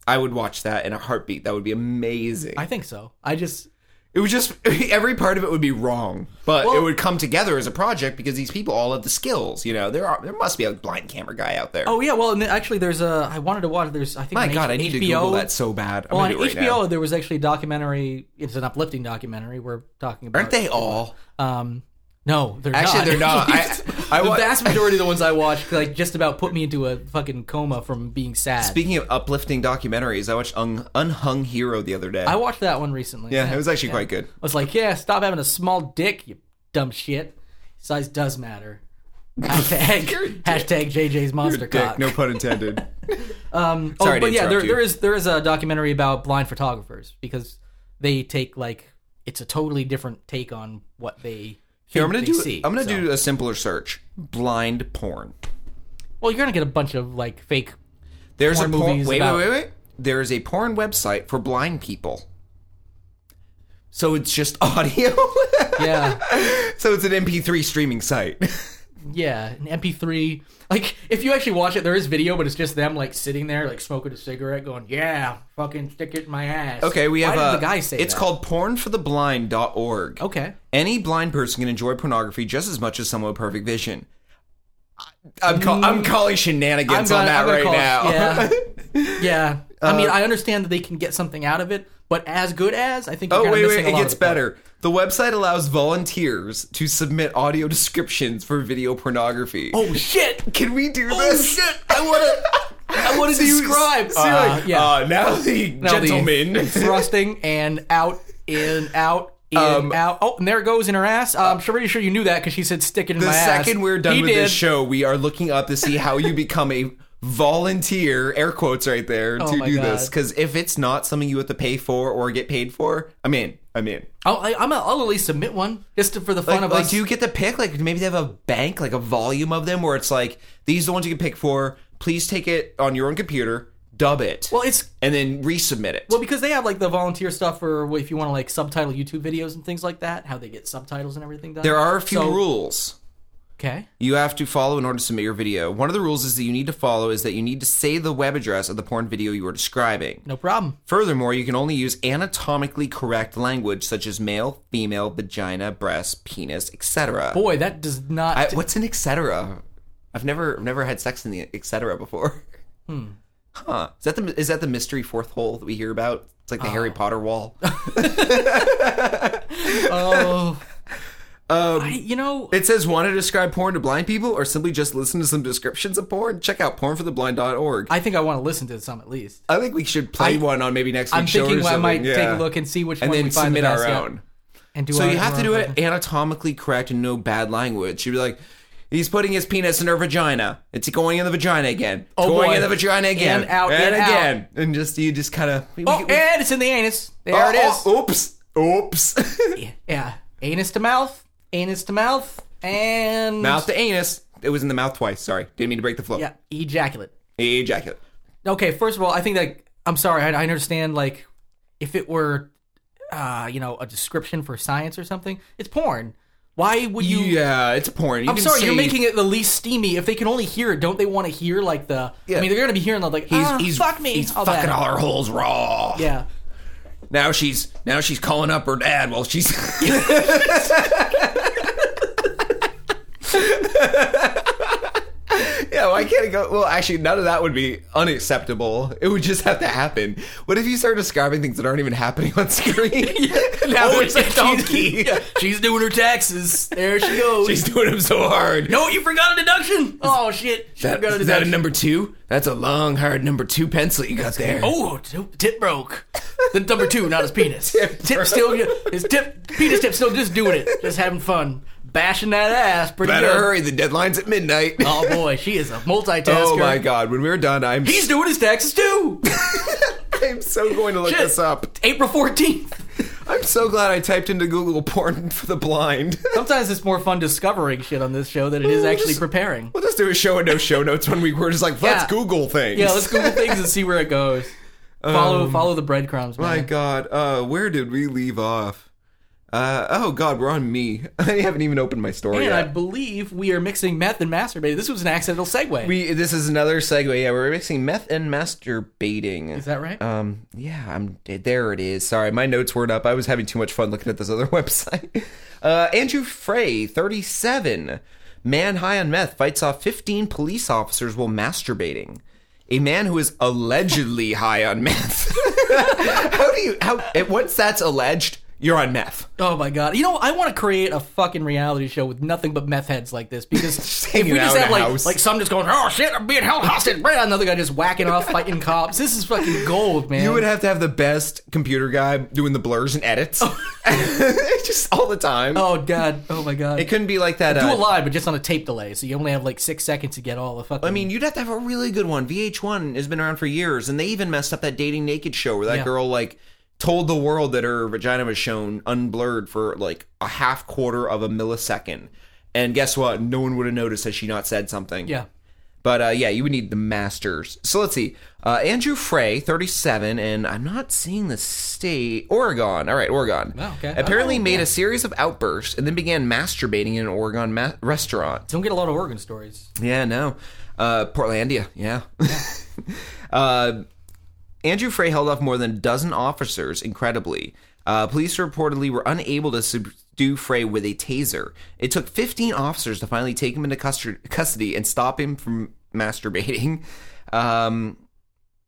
Speaker 2: I would watch that in a heartbeat. That would be amazing.
Speaker 3: I think so. I just
Speaker 2: it would just every part of it would be wrong, but it
Speaker 3: Well-
Speaker 2: would come together as a project because these people all have the skills. You know, there are there must be a blind camera guy out there.
Speaker 3: Oh yeah, well, and then actually, there's a. I wanted to watch. There's I think
Speaker 2: my
Speaker 3: on
Speaker 2: god,
Speaker 3: H-
Speaker 2: I need
Speaker 3: HBO,
Speaker 2: to Google that so bad. I'm
Speaker 3: Well, on
Speaker 2: gonna do it right
Speaker 3: HBO,
Speaker 2: now.
Speaker 3: there was actually a documentary. It's an uplifting documentary. We're talking about.
Speaker 2: aren't they all?
Speaker 3: Um, no, they're
Speaker 2: Actually,
Speaker 3: not.
Speaker 2: they're not. I- I
Speaker 3: the
Speaker 2: wa-
Speaker 3: vast majority of the ones I watched, like, just about put me into a fucking coma from being sad.
Speaker 2: Speaking of uplifting documentaries, I watched Un- Unhung Hero the other day.
Speaker 3: I watched that one recently.
Speaker 2: yeah, it was actually quite good.
Speaker 3: I was like, yeah, stop having a small dick, you dumb shit. Size does matter. Hashtag, hashtag JJ's monster cock.
Speaker 4: Dick, no pun intended.
Speaker 3: Oh,
Speaker 2: Sorry to
Speaker 3: but yeah, there,
Speaker 2: interrupt you.
Speaker 3: there is there is a documentary about blind photographers because they take like it's a totally different take on what they
Speaker 2: Here, I'm gonna
Speaker 3: think they
Speaker 2: do.
Speaker 3: see,
Speaker 2: I'm gonna
Speaker 3: so.
Speaker 2: do a simpler search: blind porn.
Speaker 3: Well, you're gonna get a bunch of like fake.
Speaker 2: There's
Speaker 3: Porn
Speaker 2: a porn.
Speaker 3: movies
Speaker 2: Wait,
Speaker 3: about-
Speaker 2: wait, wait, wait. There is a porn website for blind people. So it's just audio.
Speaker 3: Yeah,
Speaker 2: so it's an MP3 streaming site.
Speaker 3: yeah, an MP3. Like if you actually watch it, there is video, but it's just them like sitting there like smoking a cigarette, going, "Yeah, fucking stick it in my ass."
Speaker 2: Okay, we have
Speaker 3: Why
Speaker 2: uh,
Speaker 3: did the guy say
Speaker 2: It's
Speaker 3: that? Oh.
Speaker 2: called pornfortheblind.org.
Speaker 3: Okay.
Speaker 2: Any blind person can enjoy pornography just as much as someone with perfect vision. I- I'm, call- I'm calling
Speaker 3: Mm. I'm
Speaker 2: shenanigans
Speaker 3: gonna,
Speaker 2: on that
Speaker 3: I'm gonna
Speaker 2: right
Speaker 3: call-
Speaker 2: now.
Speaker 3: Yeah, yeah. I
Speaker 2: Uh,
Speaker 3: mean, I understand that they can get something out of it, but as good as I think. You're
Speaker 2: Oh
Speaker 3: kinda
Speaker 2: wait,
Speaker 3: missing
Speaker 2: wait,
Speaker 3: a
Speaker 2: it
Speaker 3: lot of
Speaker 2: gets
Speaker 3: the point.
Speaker 2: better. The website allows volunteers to submit audio descriptions for video pornography.
Speaker 3: Oh shit!
Speaker 2: can we do
Speaker 3: Oh
Speaker 2: this?
Speaker 3: shit! I want to. I want to describe. Uh-huh.
Speaker 2: So you're like,
Speaker 3: yeah.
Speaker 2: uh, now the
Speaker 3: Now the
Speaker 2: gentleman.
Speaker 3: thrusting and out, in, out, in,
Speaker 2: Um,
Speaker 3: out. Oh, and there it goes in her ass. I'm sure, pretty sure you knew that because she said stick it in
Speaker 2: the
Speaker 3: my ass.
Speaker 2: second we're done
Speaker 3: He
Speaker 2: with this
Speaker 3: did.
Speaker 2: show, we are looking up to see how you become a volunteer, air quotes right there, to
Speaker 3: Oh my
Speaker 2: do this.
Speaker 3: God.
Speaker 2: Because if it's not something you have to pay for or get paid for, I'm in. I'm in.
Speaker 3: I'll, I, I'm a, I'll at least submit one just to, for the fun
Speaker 2: Like,
Speaker 3: of
Speaker 2: like,
Speaker 3: us.
Speaker 2: do you get to pick? Like, maybe they have a bank, like a volume of them, where it's like, these are the ones you can pick for. Please take it on your own computer, dub it,
Speaker 3: well, it's
Speaker 2: and then resubmit it.
Speaker 3: well because they have like the volunteer stuff for if you want to like subtitle YouTube videos and things like that. How they get subtitles and everything done.
Speaker 2: there are a few
Speaker 3: So-
Speaker 2: rules.
Speaker 3: Okay.
Speaker 2: you have to follow in order to submit your video. One of the rules is that you need to follow is that you need to say the web address of the porn video you are describing.
Speaker 3: No problem.
Speaker 2: Furthermore, you can only use anatomically correct language such as male, female, vagina, breast, penis, etc.
Speaker 3: Boy, that does not.
Speaker 2: I- What's an etc? I've never I've never had sex in the etc before. Hmm. Huh. Is that the is that the mystery fourth hole that we hear about? It's like the
Speaker 3: Ah.
Speaker 2: Harry Potter wall.
Speaker 3: oh.
Speaker 2: Um,
Speaker 3: I, you know,
Speaker 2: It says, want to describe porn to blind people or simply just listen to some descriptions of porn? Check out pornfortheblind.org.
Speaker 3: I think I want to listen to some at least.
Speaker 2: I think we should play one on maybe next week's
Speaker 3: I'm
Speaker 2: show.
Speaker 3: thinking
Speaker 2: or
Speaker 3: I
Speaker 2: something.
Speaker 3: might
Speaker 2: Yeah.
Speaker 3: take a look and see which
Speaker 2: and
Speaker 3: one
Speaker 2: then
Speaker 3: we find
Speaker 2: submit
Speaker 3: the best
Speaker 2: our
Speaker 3: yeah.
Speaker 2: own.
Speaker 3: And do
Speaker 2: So
Speaker 3: our-
Speaker 2: you have to
Speaker 3: our
Speaker 2: do
Speaker 3: own
Speaker 2: it
Speaker 3: version.
Speaker 2: anatomically correct and no bad language. You'd be like, he's putting his penis in her vagina. It's going in the vagina again. It's
Speaker 3: Oh,
Speaker 2: going
Speaker 3: boy.
Speaker 2: in the vagina again.
Speaker 3: In, out,
Speaker 2: and
Speaker 3: in, out.
Speaker 2: again. And just you Oh, just kind of.
Speaker 3: Oh, and oh, it's in the anus. There it is.
Speaker 2: oops. Oops.
Speaker 3: Yeah, anus to mouth, anus to mouth, and
Speaker 2: mouth to anus. It was in the mouth twice. Sorry, didn't mean to break the flow.
Speaker 3: Yeah, ejaculate.
Speaker 2: Ejaculate.
Speaker 3: Okay, first of all, I think that I'm sorry. I, I understand like if it were, uh, you know, a description for science or something, it's porn. Why would you?
Speaker 2: yeah, it's porn. You
Speaker 3: I'm
Speaker 2: can
Speaker 3: sorry, you're
Speaker 2: say-
Speaker 3: making it the least steamy. If they can only hear it, don't they want to hear like the? I mean, they're gonna be hearing the like,
Speaker 2: He's,
Speaker 3: ah,
Speaker 2: he's
Speaker 3: fuck me,
Speaker 2: He's
Speaker 3: all
Speaker 2: fucking
Speaker 3: that.
Speaker 2: all her holes raw.
Speaker 3: Yeah,
Speaker 2: Now she's now she's calling up her dad while she's
Speaker 4: gotta go. Well, actually, none of that would be unacceptable. It would just have to happen. What if you start describing things that aren't even happening on screen? now
Speaker 3: Oh,
Speaker 4: there's a donkey.
Speaker 3: Yeah, she's doing her taxes. There she goes.
Speaker 4: She's doing them so hard.
Speaker 3: no, you forgot a deduction. Oh shit! She
Speaker 4: That,
Speaker 3: forgot a
Speaker 4: is that a
Speaker 3: deduction.
Speaker 4: number two? That's a long, hard number two pencil you got there.
Speaker 3: Oh, t- tip broke. The number two, not his penis.
Speaker 4: Tip
Speaker 3: Tip,
Speaker 4: broke.
Speaker 3: still, his tip, penis tip still just doing it, just having fun, bashing that ass. Pretty
Speaker 4: better
Speaker 3: good.
Speaker 4: hurry. The deadline's at midnight.
Speaker 3: Oh boy, she is a multitasker.
Speaker 4: Oh my god! When we're done, I'm
Speaker 3: He's doing his taxes too.
Speaker 4: I'm so going to look
Speaker 3: Shit.
Speaker 4: this up.
Speaker 3: April fourteenth.
Speaker 4: I'm so glad I typed into Google porn for the blind.
Speaker 3: Sometimes it's more fun discovering shit on this show than it is
Speaker 4: Ooh,
Speaker 3: actually
Speaker 4: Oh, just-
Speaker 3: preparing.
Speaker 4: we'll just do a show and no show notes one week. We're just like, let's
Speaker 3: Yeah.
Speaker 4: Google things.
Speaker 3: Yeah, let's Google things and see where it goes. Follow,
Speaker 4: Um,
Speaker 3: follow the breadcrumbs, man.
Speaker 4: My God, uh, where did we leave off? Uh, oh God, we're on me. I haven't even opened my story
Speaker 3: and I
Speaker 4: yet.
Speaker 3: believe we are mixing meth and masturbating. This was an accidental segue.
Speaker 4: We this is another segue. Yeah, we're mixing meth and masturbating.
Speaker 3: is that
Speaker 2: Uh.
Speaker 3: right?
Speaker 4: Um, yeah, I'm there. It is. Sorry, my notes weren't up. I was having too much fun looking at this other website. Uh, Andrew Frey, 37, man high on meth, fights off 15 police officers while masturbating. A man who is allegedly high on meth. how do you? How and once that's alleged, you're on meth.
Speaker 3: Oh my god! You know, I want to create a fucking reality show with nothing but meth heads like this because if
Speaker 4: hanging
Speaker 3: we
Speaker 4: out
Speaker 3: just
Speaker 4: in
Speaker 3: have
Speaker 4: a
Speaker 3: like
Speaker 4: house.
Speaker 3: like some just going, oh shit, I'm being held hostage, right? Another guy just whacking off, fighting cops. This is fucking gold, man.
Speaker 4: You would have to have the best computer guy doing the blurs and edits, just all the time.
Speaker 3: oh god! Oh my god!
Speaker 4: It couldn't be like that.
Speaker 3: Do
Speaker 4: uh,
Speaker 3: a live, but just on a tape delay, so you only have like six seconds to get all the fucking.
Speaker 2: I mean, you'd have to have a really good one. VH1 has been around for years, and they even messed up that dating naked show where that
Speaker 3: Yeah.
Speaker 2: girl like told the world that her vagina was shown unblurred for like a half quarter of a millisecond. And guess what? No one would have noticed had she not said something.
Speaker 3: yeah.
Speaker 2: But uh, yeah, you would need the masters. So let's see. Uh, Andrew Frey, 37, and I'm not seeing the state. Oregon. All right, Oregon.
Speaker 3: Wow, okay.
Speaker 2: Apparently
Speaker 3: Oh,
Speaker 2: made a series of outbursts and then began masturbating in an Oregon ma- restaurant.
Speaker 3: Don't get a lot of Oregon stories.
Speaker 2: Yeah, no. Uh, Portlandia, yeah. uh, Andrew Frey held off more than a dozen officers, incredibly. Uh, police reportedly were unable to subdue Frey with a taser. It took 15 officers to finally take him into custard- custody and stop him from masturbating. Um,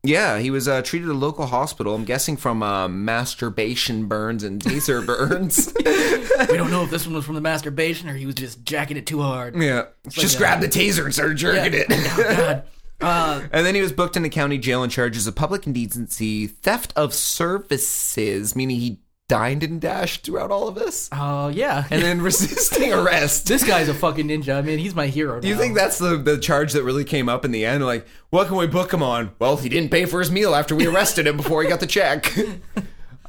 Speaker 2: yeah, he was uh, treated at a local hospital, I'm guessing from uh, masturbation burns and taser burns.
Speaker 3: We don't know if this one was from the masturbation or he was just jacking it too hard.
Speaker 4: yeah. Just grab the taser and start jerking it.
Speaker 3: Oh god. Uh,
Speaker 2: And then he was booked into county jail on charges of public indecency, theft of services, meaning he dined and dashed throughout all of this,
Speaker 3: uh, yeah.
Speaker 2: and then resisting arrest.
Speaker 3: this guy's a fucking ninja. I mean, he's my hero.
Speaker 4: Do you think that's the, the charge that really came up in the end? Like, what can we book him on? Well, he didn't pay for his meal after we arrested him before he got the check.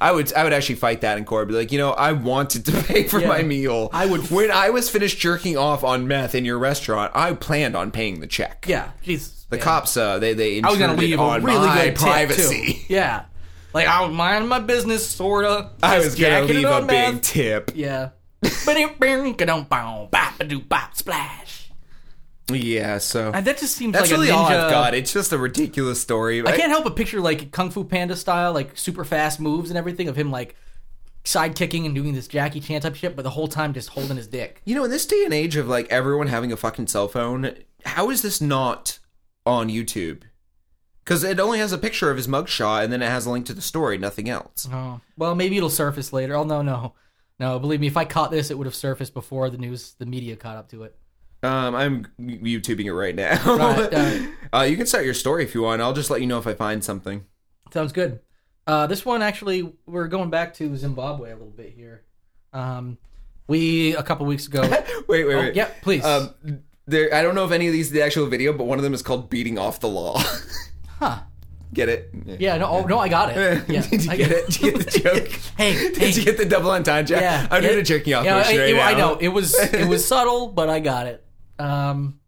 Speaker 4: I would I would actually fight that in court. Be like, you know, I wanted to pay for
Speaker 3: Yeah.
Speaker 4: my meal.
Speaker 3: I would-
Speaker 4: When I was finished jerking off on meth in your restaurant, I planned on paying the check.
Speaker 3: Yeah. Jesus.
Speaker 4: The cops, uh, they they
Speaker 3: I was
Speaker 4: going
Speaker 3: gonna
Speaker 4: to
Speaker 3: leave a
Speaker 4: on
Speaker 3: really
Speaker 4: my
Speaker 3: good
Speaker 4: privacy.
Speaker 3: Tip too. Yeah, like I was minding my business, sorta.
Speaker 4: I
Speaker 3: Just
Speaker 4: was going to
Speaker 3: jacking it
Speaker 4: leave a
Speaker 3: on meth.
Speaker 4: big tip.
Speaker 3: Yeah. Ba-ding, bing, ka-dum, bow, bop, ba-doo, bop, splash.
Speaker 4: Yeah, so
Speaker 3: And that just seems
Speaker 4: that's
Speaker 3: like
Speaker 4: really
Speaker 3: a ninja.
Speaker 4: all I've got. It's just a ridiculous story.
Speaker 3: I can't help but picture like Kung Fu Panda style, like super fast moves and everything of him like side kicking and doing this Jackie Chan type shit, but the whole time just holding his dick.
Speaker 2: You know, in this day and age of like everyone having a fucking cell phone, how is this not on YouTube? Because it only has a picture of his mugshot and then it has a link to the story, nothing else.
Speaker 3: Oh, well, maybe it'll surface later. Oh no, no, no! Believe me, if I caught this, it would have surfaced before the news, the media caught up to it.
Speaker 2: Um, I'm YouTubing it right now.
Speaker 3: Right, right.
Speaker 2: uh, you can start your story if you want. I'll just let you know if I find something.
Speaker 3: Sounds good. Uh, this one actually, we're going back to Zimbabwe a little bit here. Um, we a couple weeks ago.
Speaker 4: Wait, wait,
Speaker 3: Oh,
Speaker 4: wait.
Speaker 3: yeah, please.
Speaker 4: Um, there, I don't know if any of these are the actual video, but one of them is called "Beating Off the Law."
Speaker 3: huh?
Speaker 4: get it?
Speaker 3: Yeah. No. Oh no, I got it. Yeah,
Speaker 4: Did you
Speaker 3: I
Speaker 4: get it? Did you get the joke?
Speaker 3: hey, hey.
Speaker 4: Did you get the double entendre?
Speaker 3: yeah.
Speaker 4: I'm doing
Speaker 3: it-
Speaker 4: a jerking off
Speaker 3: yeah,
Speaker 4: motion
Speaker 3: I,
Speaker 4: right
Speaker 3: it-
Speaker 4: now.
Speaker 3: I know it was it was subtle, but I got it. Um,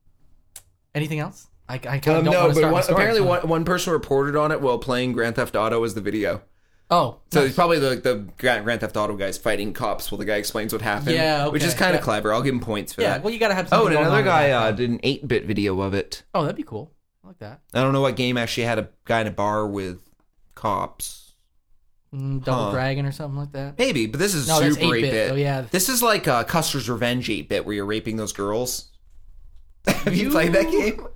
Speaker 3: anything else? I, I kind of
Speaker 4: Um,
Speaker 3: don't want
Speaker 4: no,
Speaker 3: to start
Speaker 4: but
Speaker 3: my
Speaker 4: one,
Speaker 3: story.
Speaker 4: apparently one, one person reported on it while playing Grand Theft Auto as the video.
Speaker 3: Oh,
Speaker 4: So it's probably the, the Grand Grand Theft Auto guys fighting cops while the guy explains what happened.
Speaker 3: Yeah,
Speaker 4: which is
Speaker 3: okay,
Speaker 4: kind of
Speaker 3: yeah.
Speaker 4: clever. I'll give him points for
Speaker 3: yeah.
Speaker 4: that.
Speaker 3: Well, you gotta have.
Speaker 2: Oh,
Speaker 3: something
Speaker 2: and
Speaker 3: going
Speaker 2: another
Speaker 3: on in
Speaker 2: guy
Speaker 3: the
Speaker 2: uh,
Speaker 3: background.
Speaker 2: did an 8 bit video of it.
Speaker 3: oh, that'd be cool. I like that.
Speaker 2: I don't know what game actually had a guy in a bar with cops.
Speaker 3: Mm, Double
Speaker 2: Huh.
Speaker 3: Dragon or something like that.
Speaker 2: Maybe, but this is
Speaker 3: No, that's
Speaker 2: super
Speaker 3: 8-bit.
Speaker 2: 8 bit.
Speaker 3: Oh, yeah.
Speaker 2: This is like uh, Custer's Revenge 8 bit where you're raping those girls.
Speaker 4: Have you played that game?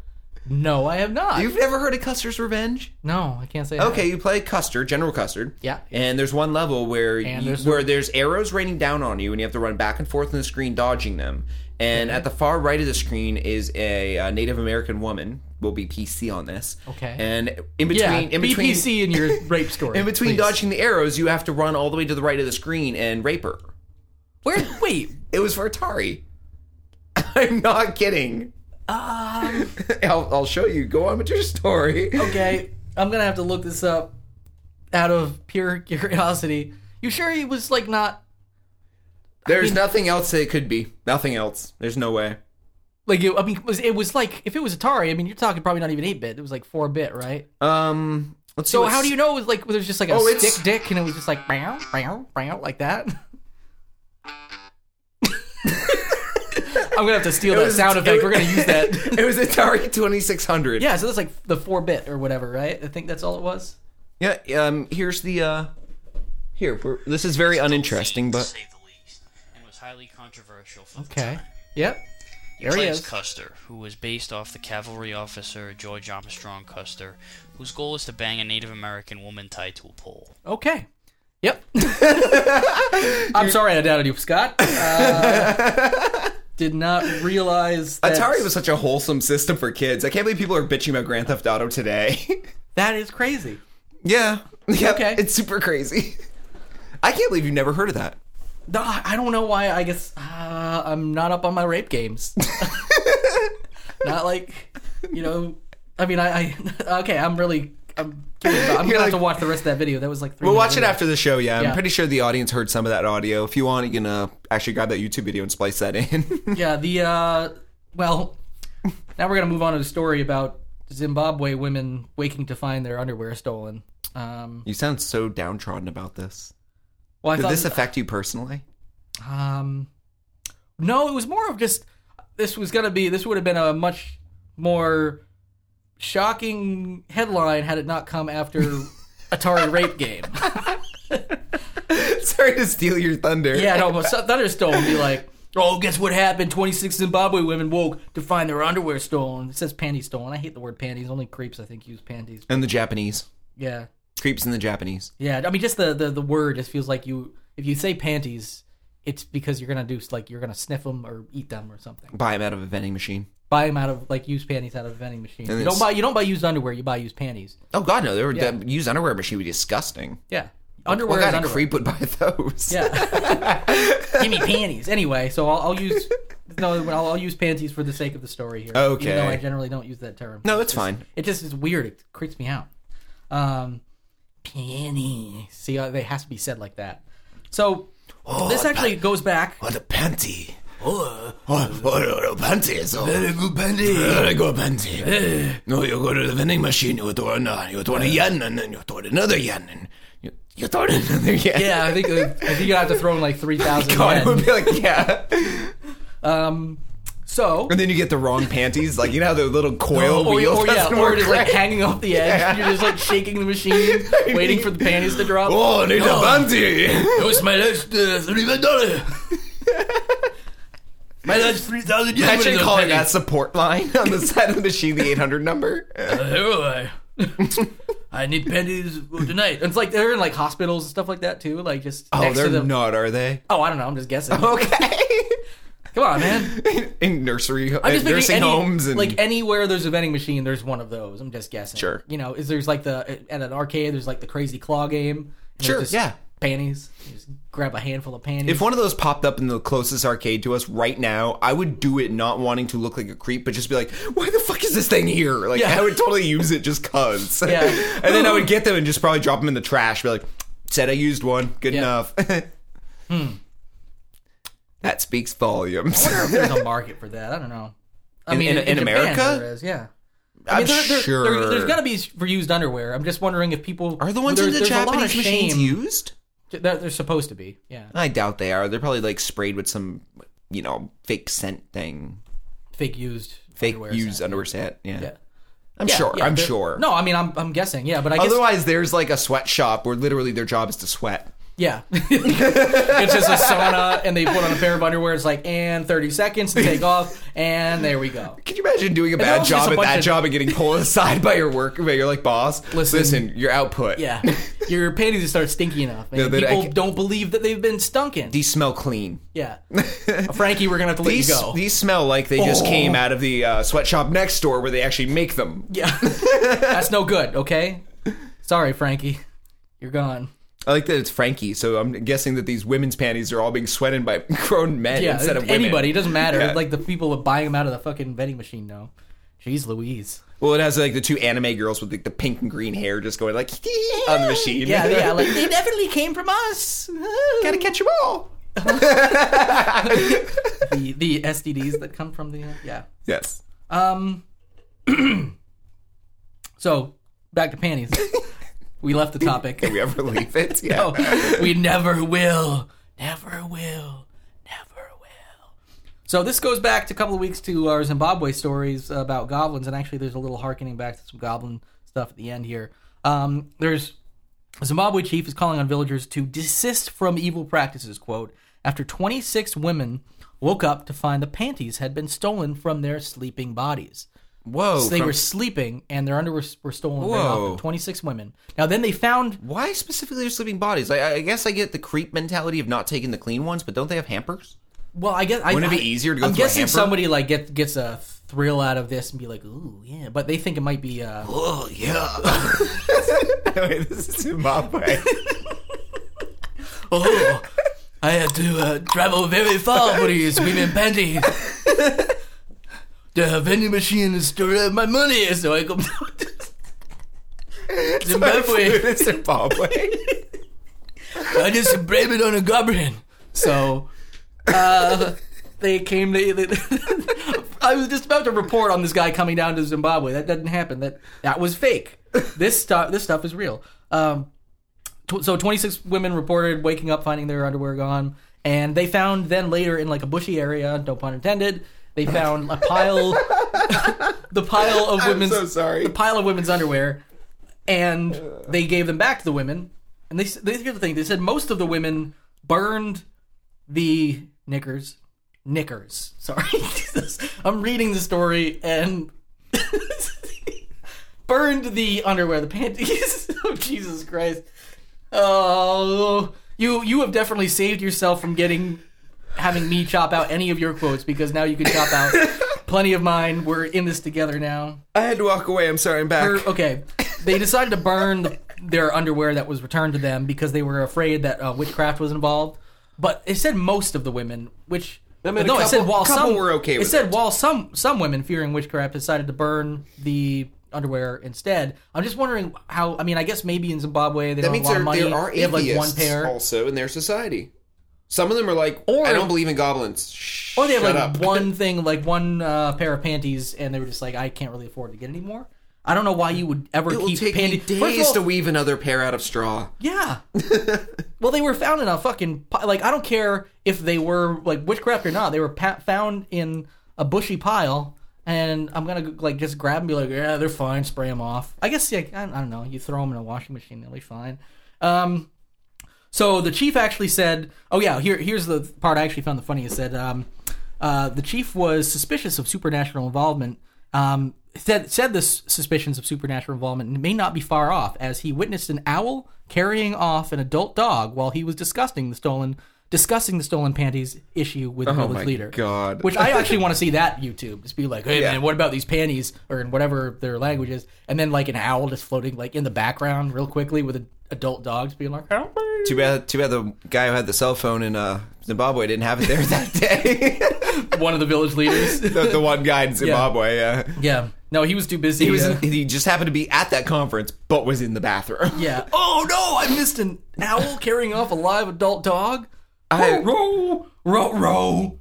Speaker 3: No, I have not.
Speaker 2: You've never heard of Custer's Revenge?
Speaker 3: No, I can't say. I have.
Speaker 2: Okay, you play Custer, General Custard.
Speaker 3: Yeah.
Speaker 2: And there's one level where
Speaker 3: And
Speaker 2: you-
Speaker 3: there's the-
Speaker 2: where there's arrows raining down on you, and you have to run back and forth on the screen dodging them. And at the far right of the screen is a, uh Native American woman. Will be PC on this.
Speaker 3: Okay.
Speaker 2: And in between,
Speaker 3: Yeah,
Speaker 2: in between,
Speaker 3: BPC and your rape story.
Speaker 2: in between
Speaker 3: please.
Speaker 2: dodging the arrows, you have to run all the way to the right of the screen and rape her.
Speaker 3: Where? Wait.
Speaker 2: It was for Atari. I'm not kidding.
Speaker 3: Um,
Speaker 2: I'll, I'll show you. Go on with your story.
Speaker 3: okay, I'm gonna have to look this up out of pure curiosity. You sure he was like not
Speaker 2: There's nothing else that it could be. Nothing else. There's no way.
Speaker 3: like it, I mean it was it was like if it was Atari, I mean you're talking probably not even eight bit. It was like four bit, right?
Speaker 2: Um, let's see.
Speaker 3: so
Speaker 2: what's-
Speaker 3: how do you know it was like there was just like a
Speaker 2: Oh, it's-
Speaker 3: stick dick and it was just like bow, bow, bow, like that? I'm gonna have to steal
Speaker 2: It
Speaker 3: that
Speaker 2: was-
Speaker 3: sound
Speaker 2: it
Speaker 3: effect. We're
Speaker 2: was-
Speaker 3: gonna use that.
Speaker 2: it was Atari 2600.
Speaker 3: yeah, so that's like the four bit or whatever, right? I think that's all it was.
Speaker 2: Yeah. Um. Here's the. uh Here. We're, this is very uninteresting,
Speaker 5: to
Speaker 2: but
Speaker 5: say the least, and was highly controversial. For the
Speaker 3: Okay.
Speaker 5: time.
Speaker 3: Yep.
Speaker 5: He
Speaker 3: There he
Speaker 5: plays
Speaker 3: is.
Speaker 5: Custer, who was based off the cavalry officer George Armstrong Custer, whose goal is to bang a Native American woman tied to a pole.
Speaker 3: Okay. Yep. I'm sorry I doubted you, Scott. Uh, did not realize that
Speaker 2: Atari was such a wholesome system for kids. I can't believe people are bitching about Grand Theft Auto today.
Speaker 3: that is crazy.
Speaker 2: yeah. Yeah.
Speaker 3: Okay.
Speaker 2: It's super crazy. I can't believe you never heard of that.
Speaker 3: No, I I don't know why. I guess uh, I'm not up on my rape games. not like, you know, I mean, I, I okay, I'm really, I'm, kidding, but I'm
Speaker 2: You're
Speaker 3: gonna have to
Speaker 2: like-
Speaker 3: watch the rest of that video. That was like three.
Speaker 2: We'll
Speaker 3: minutes
Speaker 2: watch it
Speaker 3: long.
Speaker 2: after the show. Yeah,
Speaker 3: Yeah.
Speaker 2: I'm pretty sure the audience heard some of that audio. If you want, you can uh, actually grab that YouTube video and splice that in.
Speaker 3: Yeah. The uh, well, now we're gonna move on to the story about Zimbabwe women waking to find their underwear stolen. Um,
Speaker 2: you sound so downtrodden about this.
Speaker 3: well, I
Speaker 2: Did
Speaker 3: thought
Speaker 2: this affect you personally?
Speaker 3: Um, no, it was more of just this was gonna be this would have been a much more shocking headline had it not come after Atari rape game.
Speaker 2: Sorry to steal your thunder.
Speaker 3: yeah, no, but so- Thunderstone would be like, oh, guess what happened? Twenty six Zimbabwe women woke to find their underwear stolen. It says panties stolen. I hate the word panties. Only creeps I think use panties.
Speaker 2: And the Japanese
Speaker 3: Yeah,
Speaker 2: creeps in the Japanese.
Speaker 3: yeah. I mean, just the the, the word just feels like you if you say panties. It's because you're gonna do like you're gonna sniff them or eat them or something.
Speaker 2: buy them out of a vending machine.
Speaker 3: buy them out of like used panties out of a vending machine.
Speaker 2: And
Speaker 3: you don't
Speaker 2: it's-
Speaker 3: buy you don't buy used underwear. You buy used panties.
Speaker 2: Oh God, no! They were,
Speaker 3: Yeah.
Speaker 2: That used underwear machine would be disgusting.
Speaker 3: Yeah,
Speaker 2: What
Speaker 3: underwear. is
Speaker 2: kind of
Speaker 3: underwear.
Speaker 2: creep would buy those?
Speaker 3: Yeah, give me panties anyway. So I'll, I'll use no, I'll, I'll use panties for the sake of the story here.
Speaker 2: Okay.
Speaker 3: even though I generally don't use that term.
Speaker 2: No, it's fine.
Speaker 3: It just is weird. It creeps me out. Um, panties. See, uh, they has to be said like that. So
Speaker 2: Oh,
Speaker 3: this actually goes back.
Speaker 2: What a panty!
Speaker 3: Oh,
Speaker 2: Oh, What, what, what a panty! So very good panty. Very good
Speaker 3: Eh.
Speaker 2: panty. no, you go to the vending machine. You throw another. You throw a yen, and then you throw another yen, and you, you throw another yen.
Speaker 3: Yeah, I think uh, I think you have to throw in like three thousand.
Speaker 2: God, it would be like yeah.
Speaker 3: Um, so
Speaker 2: and then you get the wrong panties. Like you know how the little coil
Speaker 3: or,
Speaker 2: wheels.
Speaker 3: or, Oh, yeah,
Speaker 2: That's
Speaker 3: or
Speaker 2: more
Speaker 3: it is like
Speaker 2: crack.
Speaker 3: hanging off the edge.
Speaker 2: Yeah.
Speaker 3: You're just like shaking the machine, waiting for the panties to drop.
Speaker 2: Oh, I need a panty.
Speaker 3: was my last uh, three dollar. my last three thousand yen.
Speaker 2: Imagine calling that support line on the side of the machine, the 800 number.
Speaker 3: Uh, Oh, I? need panties tonight. It's like they're in like hospitals and stuff like that too. Like just
Speaker 2: Oh,
Speaker 3: next
Speaker 2: they're
Speaker 3: to them.
Speaker 2: not, are they?
Speaker 3: oh, I don't know. I'm just guessing.
Speaker 2: Okay.
Speaker 3: Come on, man.
Speaker 2: in nursery,
Speaker 3: I'm
Speaker 2: uh,
Speaker 3: just
Speaker 2: nursing
Speaker 3: thinking any,
Speaker 2: homes, and
Speaker 3: like anywhere there's a vending machine, there's one of those. I'm just guessing.
Speaker 2: Sure.
Speaker 3: You know, is there's like the at an arcade, there's like the crazy claw game. and
Speaker 2: Sure,
Speaker 3: it's just
Speaker 2: yeah.
Speaker 3: Panties. You just grab a handful of panties.
Speaker 2: if one of those popped up in the closest arcade to us right now, I would do it not wanting to look like a creep, but just be like, "Why the fuck is this thing here?" Like,
Speaker 3: Yeah.
Speaker 2: I would totally use it just cause.
Speaker 3: Yeah.
Speaker 2: and then I would get them and just probably drop them in the trash. Be like, "Said I used one. Good
Speaker 3: Yeah. Hmm.
Speaker 2: enough." That speaks volumes.
Speaker 3: there's a market for that. I don't know. I
Speaker 2: In- in- in
Speaker 3: Japan
Speaker 2: America?
Speaker 3: there is, yeah.
Speaker 2: I'm
Speaker 3: there- there-
Speaker 2: sure.
Speaker 3: there, has got to be for used underwear. I'm just wondering if people
Speaker 2: Are the ones
Speaker 3: there-
Speaker 2: in the
Speaker 3: there's a lot of
Speaker 2: Japanese machines
Speaker 3: shame
Speaker 2: used?
Speaker 3: that They're, supposed to be. Yeah,
Speaker 2: I doubt they are. They're probably like sprayed with some, you know, fake scent thing,
Speaker 3: fake used,
Speaker 2: fake
Speaker 3: underwear
Speaker 2: used
Speaker 3: set.
Speaker 2: underwear set. Yeah,
Speaker 3: Yeah.
Speaker 2: I'm
Speaker 3: Yeah,
Speaker 2: sure.
Speaker 3: yeah,
Speaker 2: I'm
Speaker 3: they're-
Speaker 2: sure.
Speaker 3: No, I mean I'm I'm guessing. Yeah, but I guess
Speaker 2: Otherwise, there's like a sweatshop where literally their job is to sweat.
Speaker 3: Yeah. it's just a sauna, and they put on a pair of underwear. It's like, and 30 seconds to take off, and there we go.
Speaker 4: Can you imagine doing a
Speaker 3: that
Speaker 4: bad
Speaker 3: was just
Speaker 4: job
Speaker 3: a
Speaker 4: at
Speaker 3: bunch
Speaker 4: that
Speaker 3: of-
Speaker 4: job and getting pulled aside by your work, by your like boss?
Speaker 3: Listen-
Speaker 4: your output.
Speaker 3: Yeah. Your panties just start stinky enough. And
Speaker 4: that I
Speaker 3: people
Speaker 4: can-
Speaker 3: don't believe that they've been stunken.
Speaker 2: These smell clean.
Speaker 3: yeah. Frankie, we're going to have to let
Speaker 4: These,
Speaker 3: you go. Oh.
Speaker 4: these smell like they just came out of the uh, sweatshop next door where they actually make them.
Speaker 3: yeah. That's no good, okay? Sorry, Frankie. You're gone.
Speaker 4: I like that it's Frankie, so I'm guessing that these women's panties are all being sweated by grown men
Speaker 3: Yeah,
Speaker 4: instead of women.
Speaker 3: anybody. It doesn't matter.
Speaker 4: Yeah.
Speaker 3: Like, the people that buying them out of the fucking vending machine know. Jeez Louise.
Speaker 4: Well, it has like the two anime girls with like the pink and green hair just going like on the machine.
Speaker 3: Yeah, yeah. Like, they definitely came from us.
Speaker 4: gotta catch 'em all.
Speaker 3: the, the STDs that come from the. Yeah.
Speaker 4: Yes.
Speaker 3: Um. so back to panties. we left the topic.
Speaker 4: Can we ever leave it? Yeah.
Speaker 3: Oh, we never will. Never will. Never will. So this goes back to a couple of weeks to our Zimbabwe stories about goblins, and actually, there's a little harkening back to some goblin stuff at the end here. Um, there's a Zimbabwe chief is calling on villagers to desist from evil practices. Quote: After 26 women woke up to find the panties had been stolen from their sleeping bodies.
Speaker 2: Whoa.
Speaker 3: So they
Speaker 2: from-
Speaker 3: were sleeping, and their underwear were stolen. Oh, Whoa.
Speaker 2: Whoa.
Speaker 3: Twenty-six women. Now then, they found
Speaker 2: why specifically are sleeping bodies? I, I guess I get the creep mentality of not taking the clean ones, but don't they have hampers?
Speaker 3: Well, I guess wouldn't
Speaker 2: it be easier to go
Speaker 3: I'm
Speaker 2: through a
Speaker 3: guessing
Speaker 2: hamper?
Speaker 3: somebody like get, gets a thrill out of this and be like, "Ooh, yeah," but they think it might be. Uh,
Speaker 2: Oh yeah.
Speaker 4: Wait, this is Zimbabwe.
Speaker 3: oh, I had to uh, travel very far for these women panties. the vending machine stole my money, so I come Zimbabwe.
Speaker 4: it's Zimbabwe.
Speaker 3: I just blame it on a goblin. So, uh, they came. They, they, I was just about to report on this guy coming down to Zimbabwe. That doesn't happen. That that was fake. This stuff. This stuff is real. Um, tw- so 26 women reported waking up finding their underwear gone, and they found then later in like a bushy area. No pun intended. They found a pile, the pile of women's,
Speaker 4: so sorry.
Speaker 3: the pile of women's underwear, and they gave them back to the women. And they, s- they here's the thing. They said most of the women burned the knickers knickers sorry Jesus. i'm reading the story and burned the underwear the panties oh jesus christ oh you you have definitely saved yourself from getting having me chop out any of your quotes because now you can chop out plenty of mine we're in this together now
Speaker 4: I had to walk away. I'm sorry. I'm back.
Speaker 3: or- okay. They decided to burn the, their underwear that was returned to them because they were afraid that uh, witchcraft was involved. But it said most of the women, which no,
Speaker 4: meant a
Speaker 3: it said
Speaker 4: couple-
Speaker 3: while
Speaker 4: couple
Speaker 3: some
Speaker 4: were okay
Speaker 3: It
Speaker 4: with
Speaker 3: said while some some women fearing witchcraft decided to burn the underwear instead. I'm just wondering how. I mean, I guess maybe in Zimbabwe they
Speaker 4: that
Speaker 3: don't have
Speaker 4: means
Speaker 3: a lot
Speaker 4: there,
Speaker 3: of money.
Speaker 4: there are
Speaker 3: they have like one
Speaker 4: atheists
Speaker 3: pair,
Speaker 4: also in their society. Some of them are like,
Speaker 3: Or-
Speaker 4: I don't believe in goblins. Shh,
Speaker 3: or they have
Speaker 4: shut
Speaker 3: like
Speaker 4: up.
Speaker 3: one thing, like one uh, pair of panties, and they were just like, I can't really afford to get any more. I don't know why you would ever
Speaker 2: It will
Speaker 3: keep
Speaker 2: take
Speaker 3: panties.
Speaker 2: me
Speaker 3: First of
Speaker 2: days
Speaker 3: all,
Speaker 2: to weave another pair out of straw.
Speaker 3: Yeah. well, they were found in a fucking pi- like I don't care if they were like witchcraft or not. They were pa- found in a bushy pile, and I'm gonna like just grab 'em and be like, yeah, they're fine. Spray them off. I guess like I, I don't know. You throw them in a washing machine, they'll be fine. Um, so the chief actually said, "Oh yeah, here here's the part I actually found the funniest." That um, uh, the chief was suspicious of supernatural involvement. Um, said said the s- suspicions of supernatural involvement may not be far off, as he witnessed an owl carrying off an adult dog while he was discussing the stolen discussing the stolen panties issue with the village
Speaker 4: Oh my
Speaker 3: leader.
Speaker 4: God.
Speaker 3: Which I actually want to see that YouTube. Just be like, hey
Speaker 4: Yeah.
Speaker 3: man, what about these panties or in whatever their language is, and then like an owl just floating like in the background real quickly with an adult dogs being like, help me.
Speaker 2: Too bad. Too bad the guy who had the cell phone in uh, Zimbabwe didn't have it there that day.
Speaker 3: one of the village leaders.
Speaker 4: the, the one guy in Zimbabwe. Yeah.
Speaker 3: yeah. No, he was too busy.
Speaker 2: He was.
Speaker 3: uh,
Speaker 2: in- he just happened to be at that conference, but was in the bathroom.
Speaker 3: yeah. Oh no, I missed an owl carrying off a live adult dog.
Speaker 4: I-
Speaker 3: Oh, row, row, row.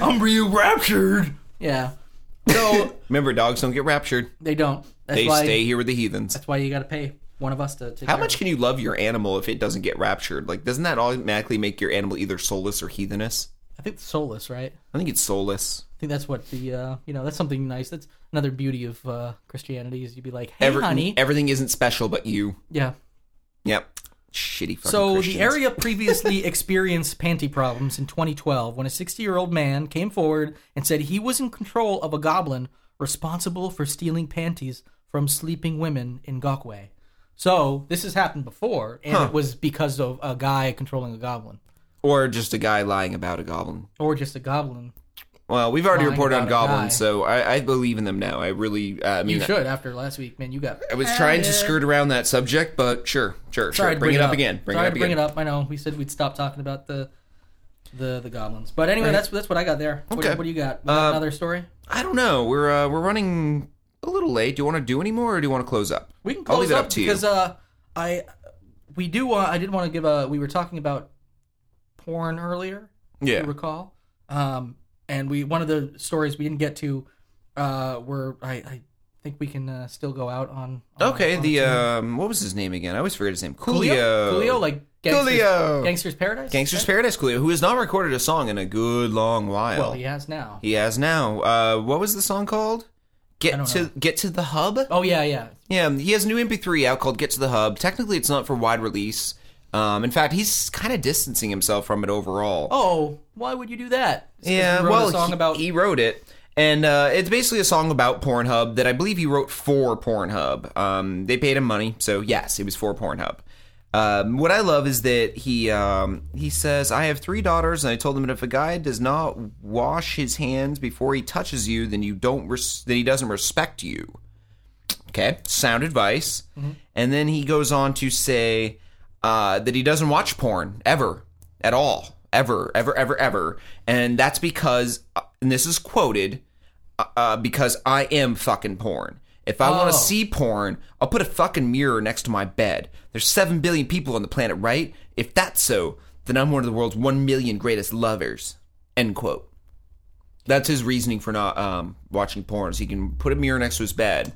Speaker 3: I'm being raptured. Yeah. So
Speaker 2: Remember, dogs don't get raptured.
Speaker 3: they don't. That's
Speaker 2: They
Speaker 3: why.
Speaker 2: stay here with the heathens.
Speaker 3: That's why you got to pay one of us to take.
Speaker 2: How
Speaker 3: care
Speaker 2: much
Speaker 3: Of
Speaker 2: can you love your animal if it doesn't get raptured? Like, doesn't that automatically make your animal either soulless or heathenous?
Speaker 3: it. I think it's soulless, right?
Speaker 2: I think it's soulless.
Speaker 3: I think that's what the uh, you know that's something nice. That's another beauty of uh, Christianity is you'd be like, hey,
Speaker 2: Every-
Speaker 3: honey,
Speaker 2: Everything isn't special but you.
Speaker 3: yeah.
Speaker 2: Yep. shitty fucking
Speaker 3: So
Speaker 2: Christians.
Speaker 3: the area previously experienced panty problems in 2012 when a 60-year-old man came forward and said he was in control of a goblin responsible for stealing panties from sleeping women in Gokwe. So this has happened before, and it was because of a guy controlling a goblin
Speaker 2: or just a guy lying about a goblin.
Speaker 3: or just a goblin.
Speaker 2: Well, we've already
Speaker 3: Lying
Speaker 2: reported on
Speaker 3: about a
Speaker 2: goblins,
Speaker 3: guy.
Speaker 2: so I, I believe in them now. I really, uh, I mean,
Speaker 3: You should after last week, man. You got.
Speaker 2: I was trying to skirt around that subject, but sure, sure, sure.
Speaker 3: Sorry to
Speaker 2: Bring, it up, again. Bring
Speaker 3: Sorry
Speaker 2: it up
Speaker 3: to
Speaker 2: again.
Speaker 3: bring it up. I know we said we'd stop talking about the the the goblins, but anyway, that's that's what I got there. What,
Speaker 2: Okay.
Speaker 3: what do you got? We got
Speaker 2: Uh,
Speaker 3: another story.
Speaker 2: I don't know. We're uh, we're running a little late. Do you want to do any more, or do you want to close up?
Speaker 3: We can close
Speaker 2: I'll leave it
Speaker 3: up,
Speaker 2: up to you.
Speaker 3: because uh, I we do want. I did want to give a. We were talking about porn earlier. If
Speaker 2: Yeah.
Speaker 3: you recall. Um, and we one of the stories we didn't get to, uh, were I, I think we can uh, still go out on. on
Speaker 2: Okay.
Speaker 3: on
Speaker 2: The
Speaker 3: tonight.
Speaker 2: um, what was his name again? I always forget his name.
Speaker 3: Coolio,
Speaker 2: Coolio.
Speaker 3: Coolio, like gangsters,
Speaker 2: Coolio.
Speaker 3: Gangsters Paradise,
Speaker 2: Gangster's
Speaker 3: Paradise.
Speaker 2: Paradise. Coolio, who has not recorded a song in a good long while.
Speaker 3: Well, he has now.
Speaker 2: He has now. Uh, what was the song called? Get
Speaker 3: don't
Speaker 2: to
Speaker 3: know.
Speaker 2: get to the hub.
Speaker 3: Oh yeah, yeah.
Speaker 2: Yeah, um, he has a new MP3 out called Get to the Hub. Technically, it's not for wide release. Um, in fact, he's kind of distancing himself from it overall.
Speaker 3: Oh, why would you do that? It's 'cause
Speaker 2: yeah.
Speaker 3: he wrote
Speaker 2: well,
Speaker 3: a song
Speaker 2: he,
Speaker 3: about
Speaker 2: he wrote it, and uh, it's basically a song about Pornhub that I believe he wrote for Pornhub. Um, they paid him money, so yes, it was for Pornhub. Um, what I love is that he um, he says, "I have three daughters, and I told them that if a guy does not wash his hands before he touches you, then you don't res- then he doesn't respect you." Okay, sound advice. And then he goes on to say uh, that he doesn't watch porn ever, at all, ever, ever, ever, ever. And that's because, uh, and this is quoted, uh, uh, because I am fucking porn. If I want
Speaker 3: Oh.
Speaker 2: to see porn, I'll put a fucking mirror next to my bed. There's 7 billion people on the planet, right? If that's so, then I'm one of the world's 1 million greatest lovers. End quote. That's his reasoning for not um, watching porn. So he can put a mirror next to his bed,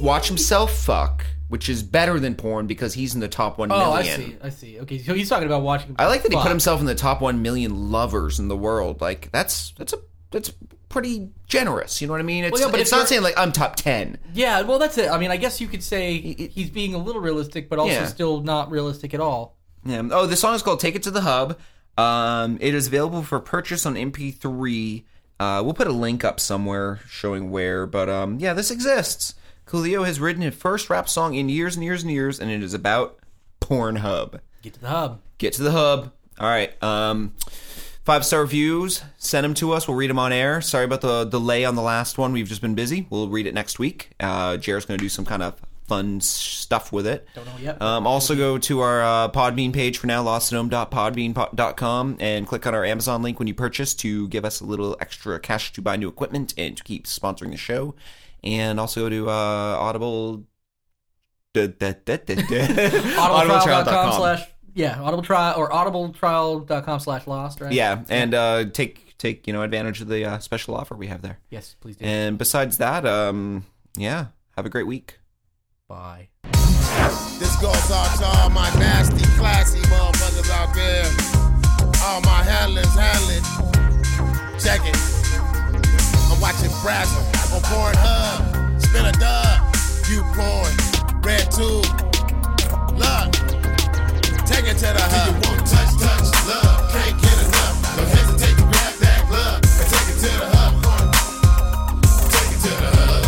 Speaker 2: watch himself fuck, which is better than porn because he's in the top one million.
Speaker 3: Oh, I see. I see. Okay, so he's talking about watching.
Speaker 2: I like that he
Speaker 3: Fuck.
Speaker 2: put himself in the top one million lovers in the world. Like that's that's a that's pretty generous. You know what I mean? It's,
Speaker 3: yeah, but
Speaker 2: it's
Speaker 3: if
Speaker 2: not
Speaker 3: you're-
Speaker 2: saying like I'm top ten.
Speaker 3: Yeah, well, that's it. I mean, I guess you could say he's being a little realistic, but also
Speaker 2: Yeah.
Speaker 3: still not realistic at all.
Speaker 2: Yeah. Oh, the song is called "Take It to the Hub." Um, it is available for purchase on MP3. Uh, we'll put a link up somewhere showing where, but um, yeah, this exists. Coolio has written his first rap song in years and years and years, and it is about Pornhub.
Speaker 3: Get to the hub.
Speaker 2: Get to the hub. All right. Um, five star reviews. Send them to us. We'll read them on air. Sorry about the delay on the last one. We've just been busy. We'll read it next week. Uh, Jared's going to do some kind of fun s- stuff with it.
Speaker 3: Don't know yet.
Speaker 2: Um, also go to our uh, Podbean page for now, lostandome.podbean.com, and click on our Amazon link when you purchase to give us a little extra cash to buy new equipment and to keep sponsoring the show. And also go to uh, Audible.
Speaker 3: Audibletrial.com
Speaker 2: audibletrial.com.
Speaker 3: slash yeah, audible trial or audibletrial.com slash lost, right?
Speaker 2: Yeah, and uh, take take you know advantage of the uh, special offer we have there.
Speaker 3: Yes, please do.
Speaker 2: And besides that, um, yeah, have a great week.
Speaker 3: Bye.
Speaker 6: This goes out to all my nasty, classy motherfuckers out there. All my handlers handling. Check it. I'm watching Brazzer on Pornhub. Spin a dub. You porn. Red tube. Look. Take it to the hub. You won't touch, touch, love. Can't get enough. Don't hesitate to grab that glove and take it to the hub. Take it to the hub.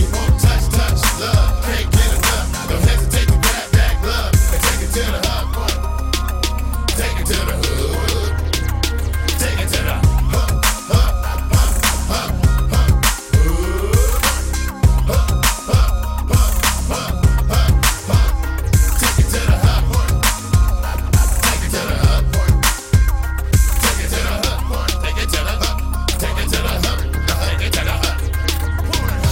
Speaker 6: You won't touch, touch, love. Can't get enough. Don't hesitate to grab that glove and take it to the hub. Take it to the hood. Take it to the hub, hub, hub, hub, hub. Hood. Hub, hub, hub, hub, hub, hub. Take it to the hub. Take it to the hub. Take it to the hub. Take it to the hub. Take it to the hub. Take it to the hub.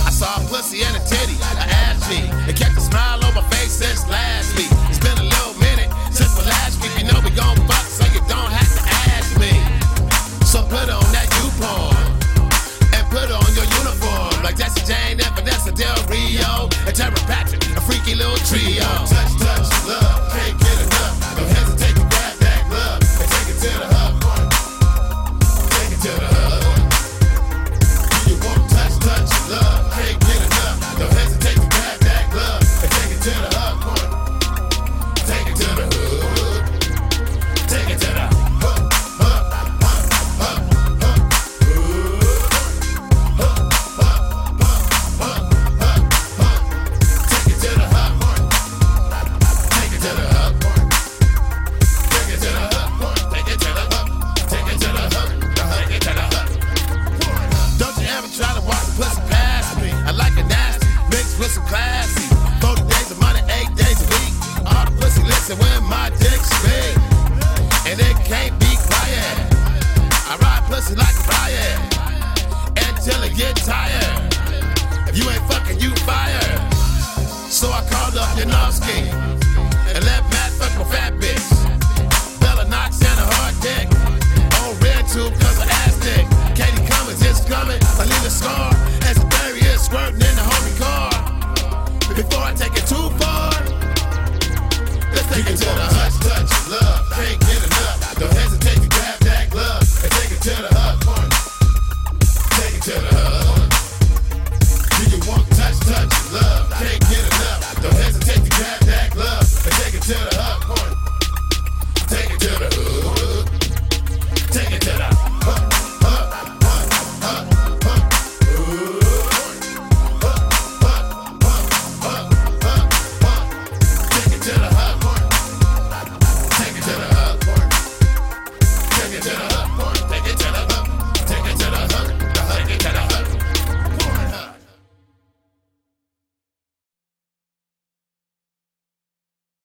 Speaker 6: I saw a pussy and a titty, an ass cheek. It kept a smile on my face since last week. It's been a little minute since the last week. You know we gon' fuck, so you don't have to ask me. So put on that you porn and put on your uniform like Jesse Jane and Vanessa Del Rio and Tara Patrick, a freaky little trio. Touch, touch, love, can't get enough. Don't hesitate to grab that glove and take it to the hub. Take it to the hub. You won't touch, touch love. Can't get enough. Don't hesitate to grab that glove and take it to the hub. pussy like fire until it get tired. If you ain't fucking, you fired. So I called up Yanofsky and let Matt fuck my fat bitch. Bella Knox and a hard dick. On red tube cause I asked it. Katie Cummins is coming. I leave a scar as a barrier squirting in the homie car. Before I take it too far. Let's take it to the hutch, touch, love. Can't get enough. Don't hesitate to grab that glove and take it to the hutch.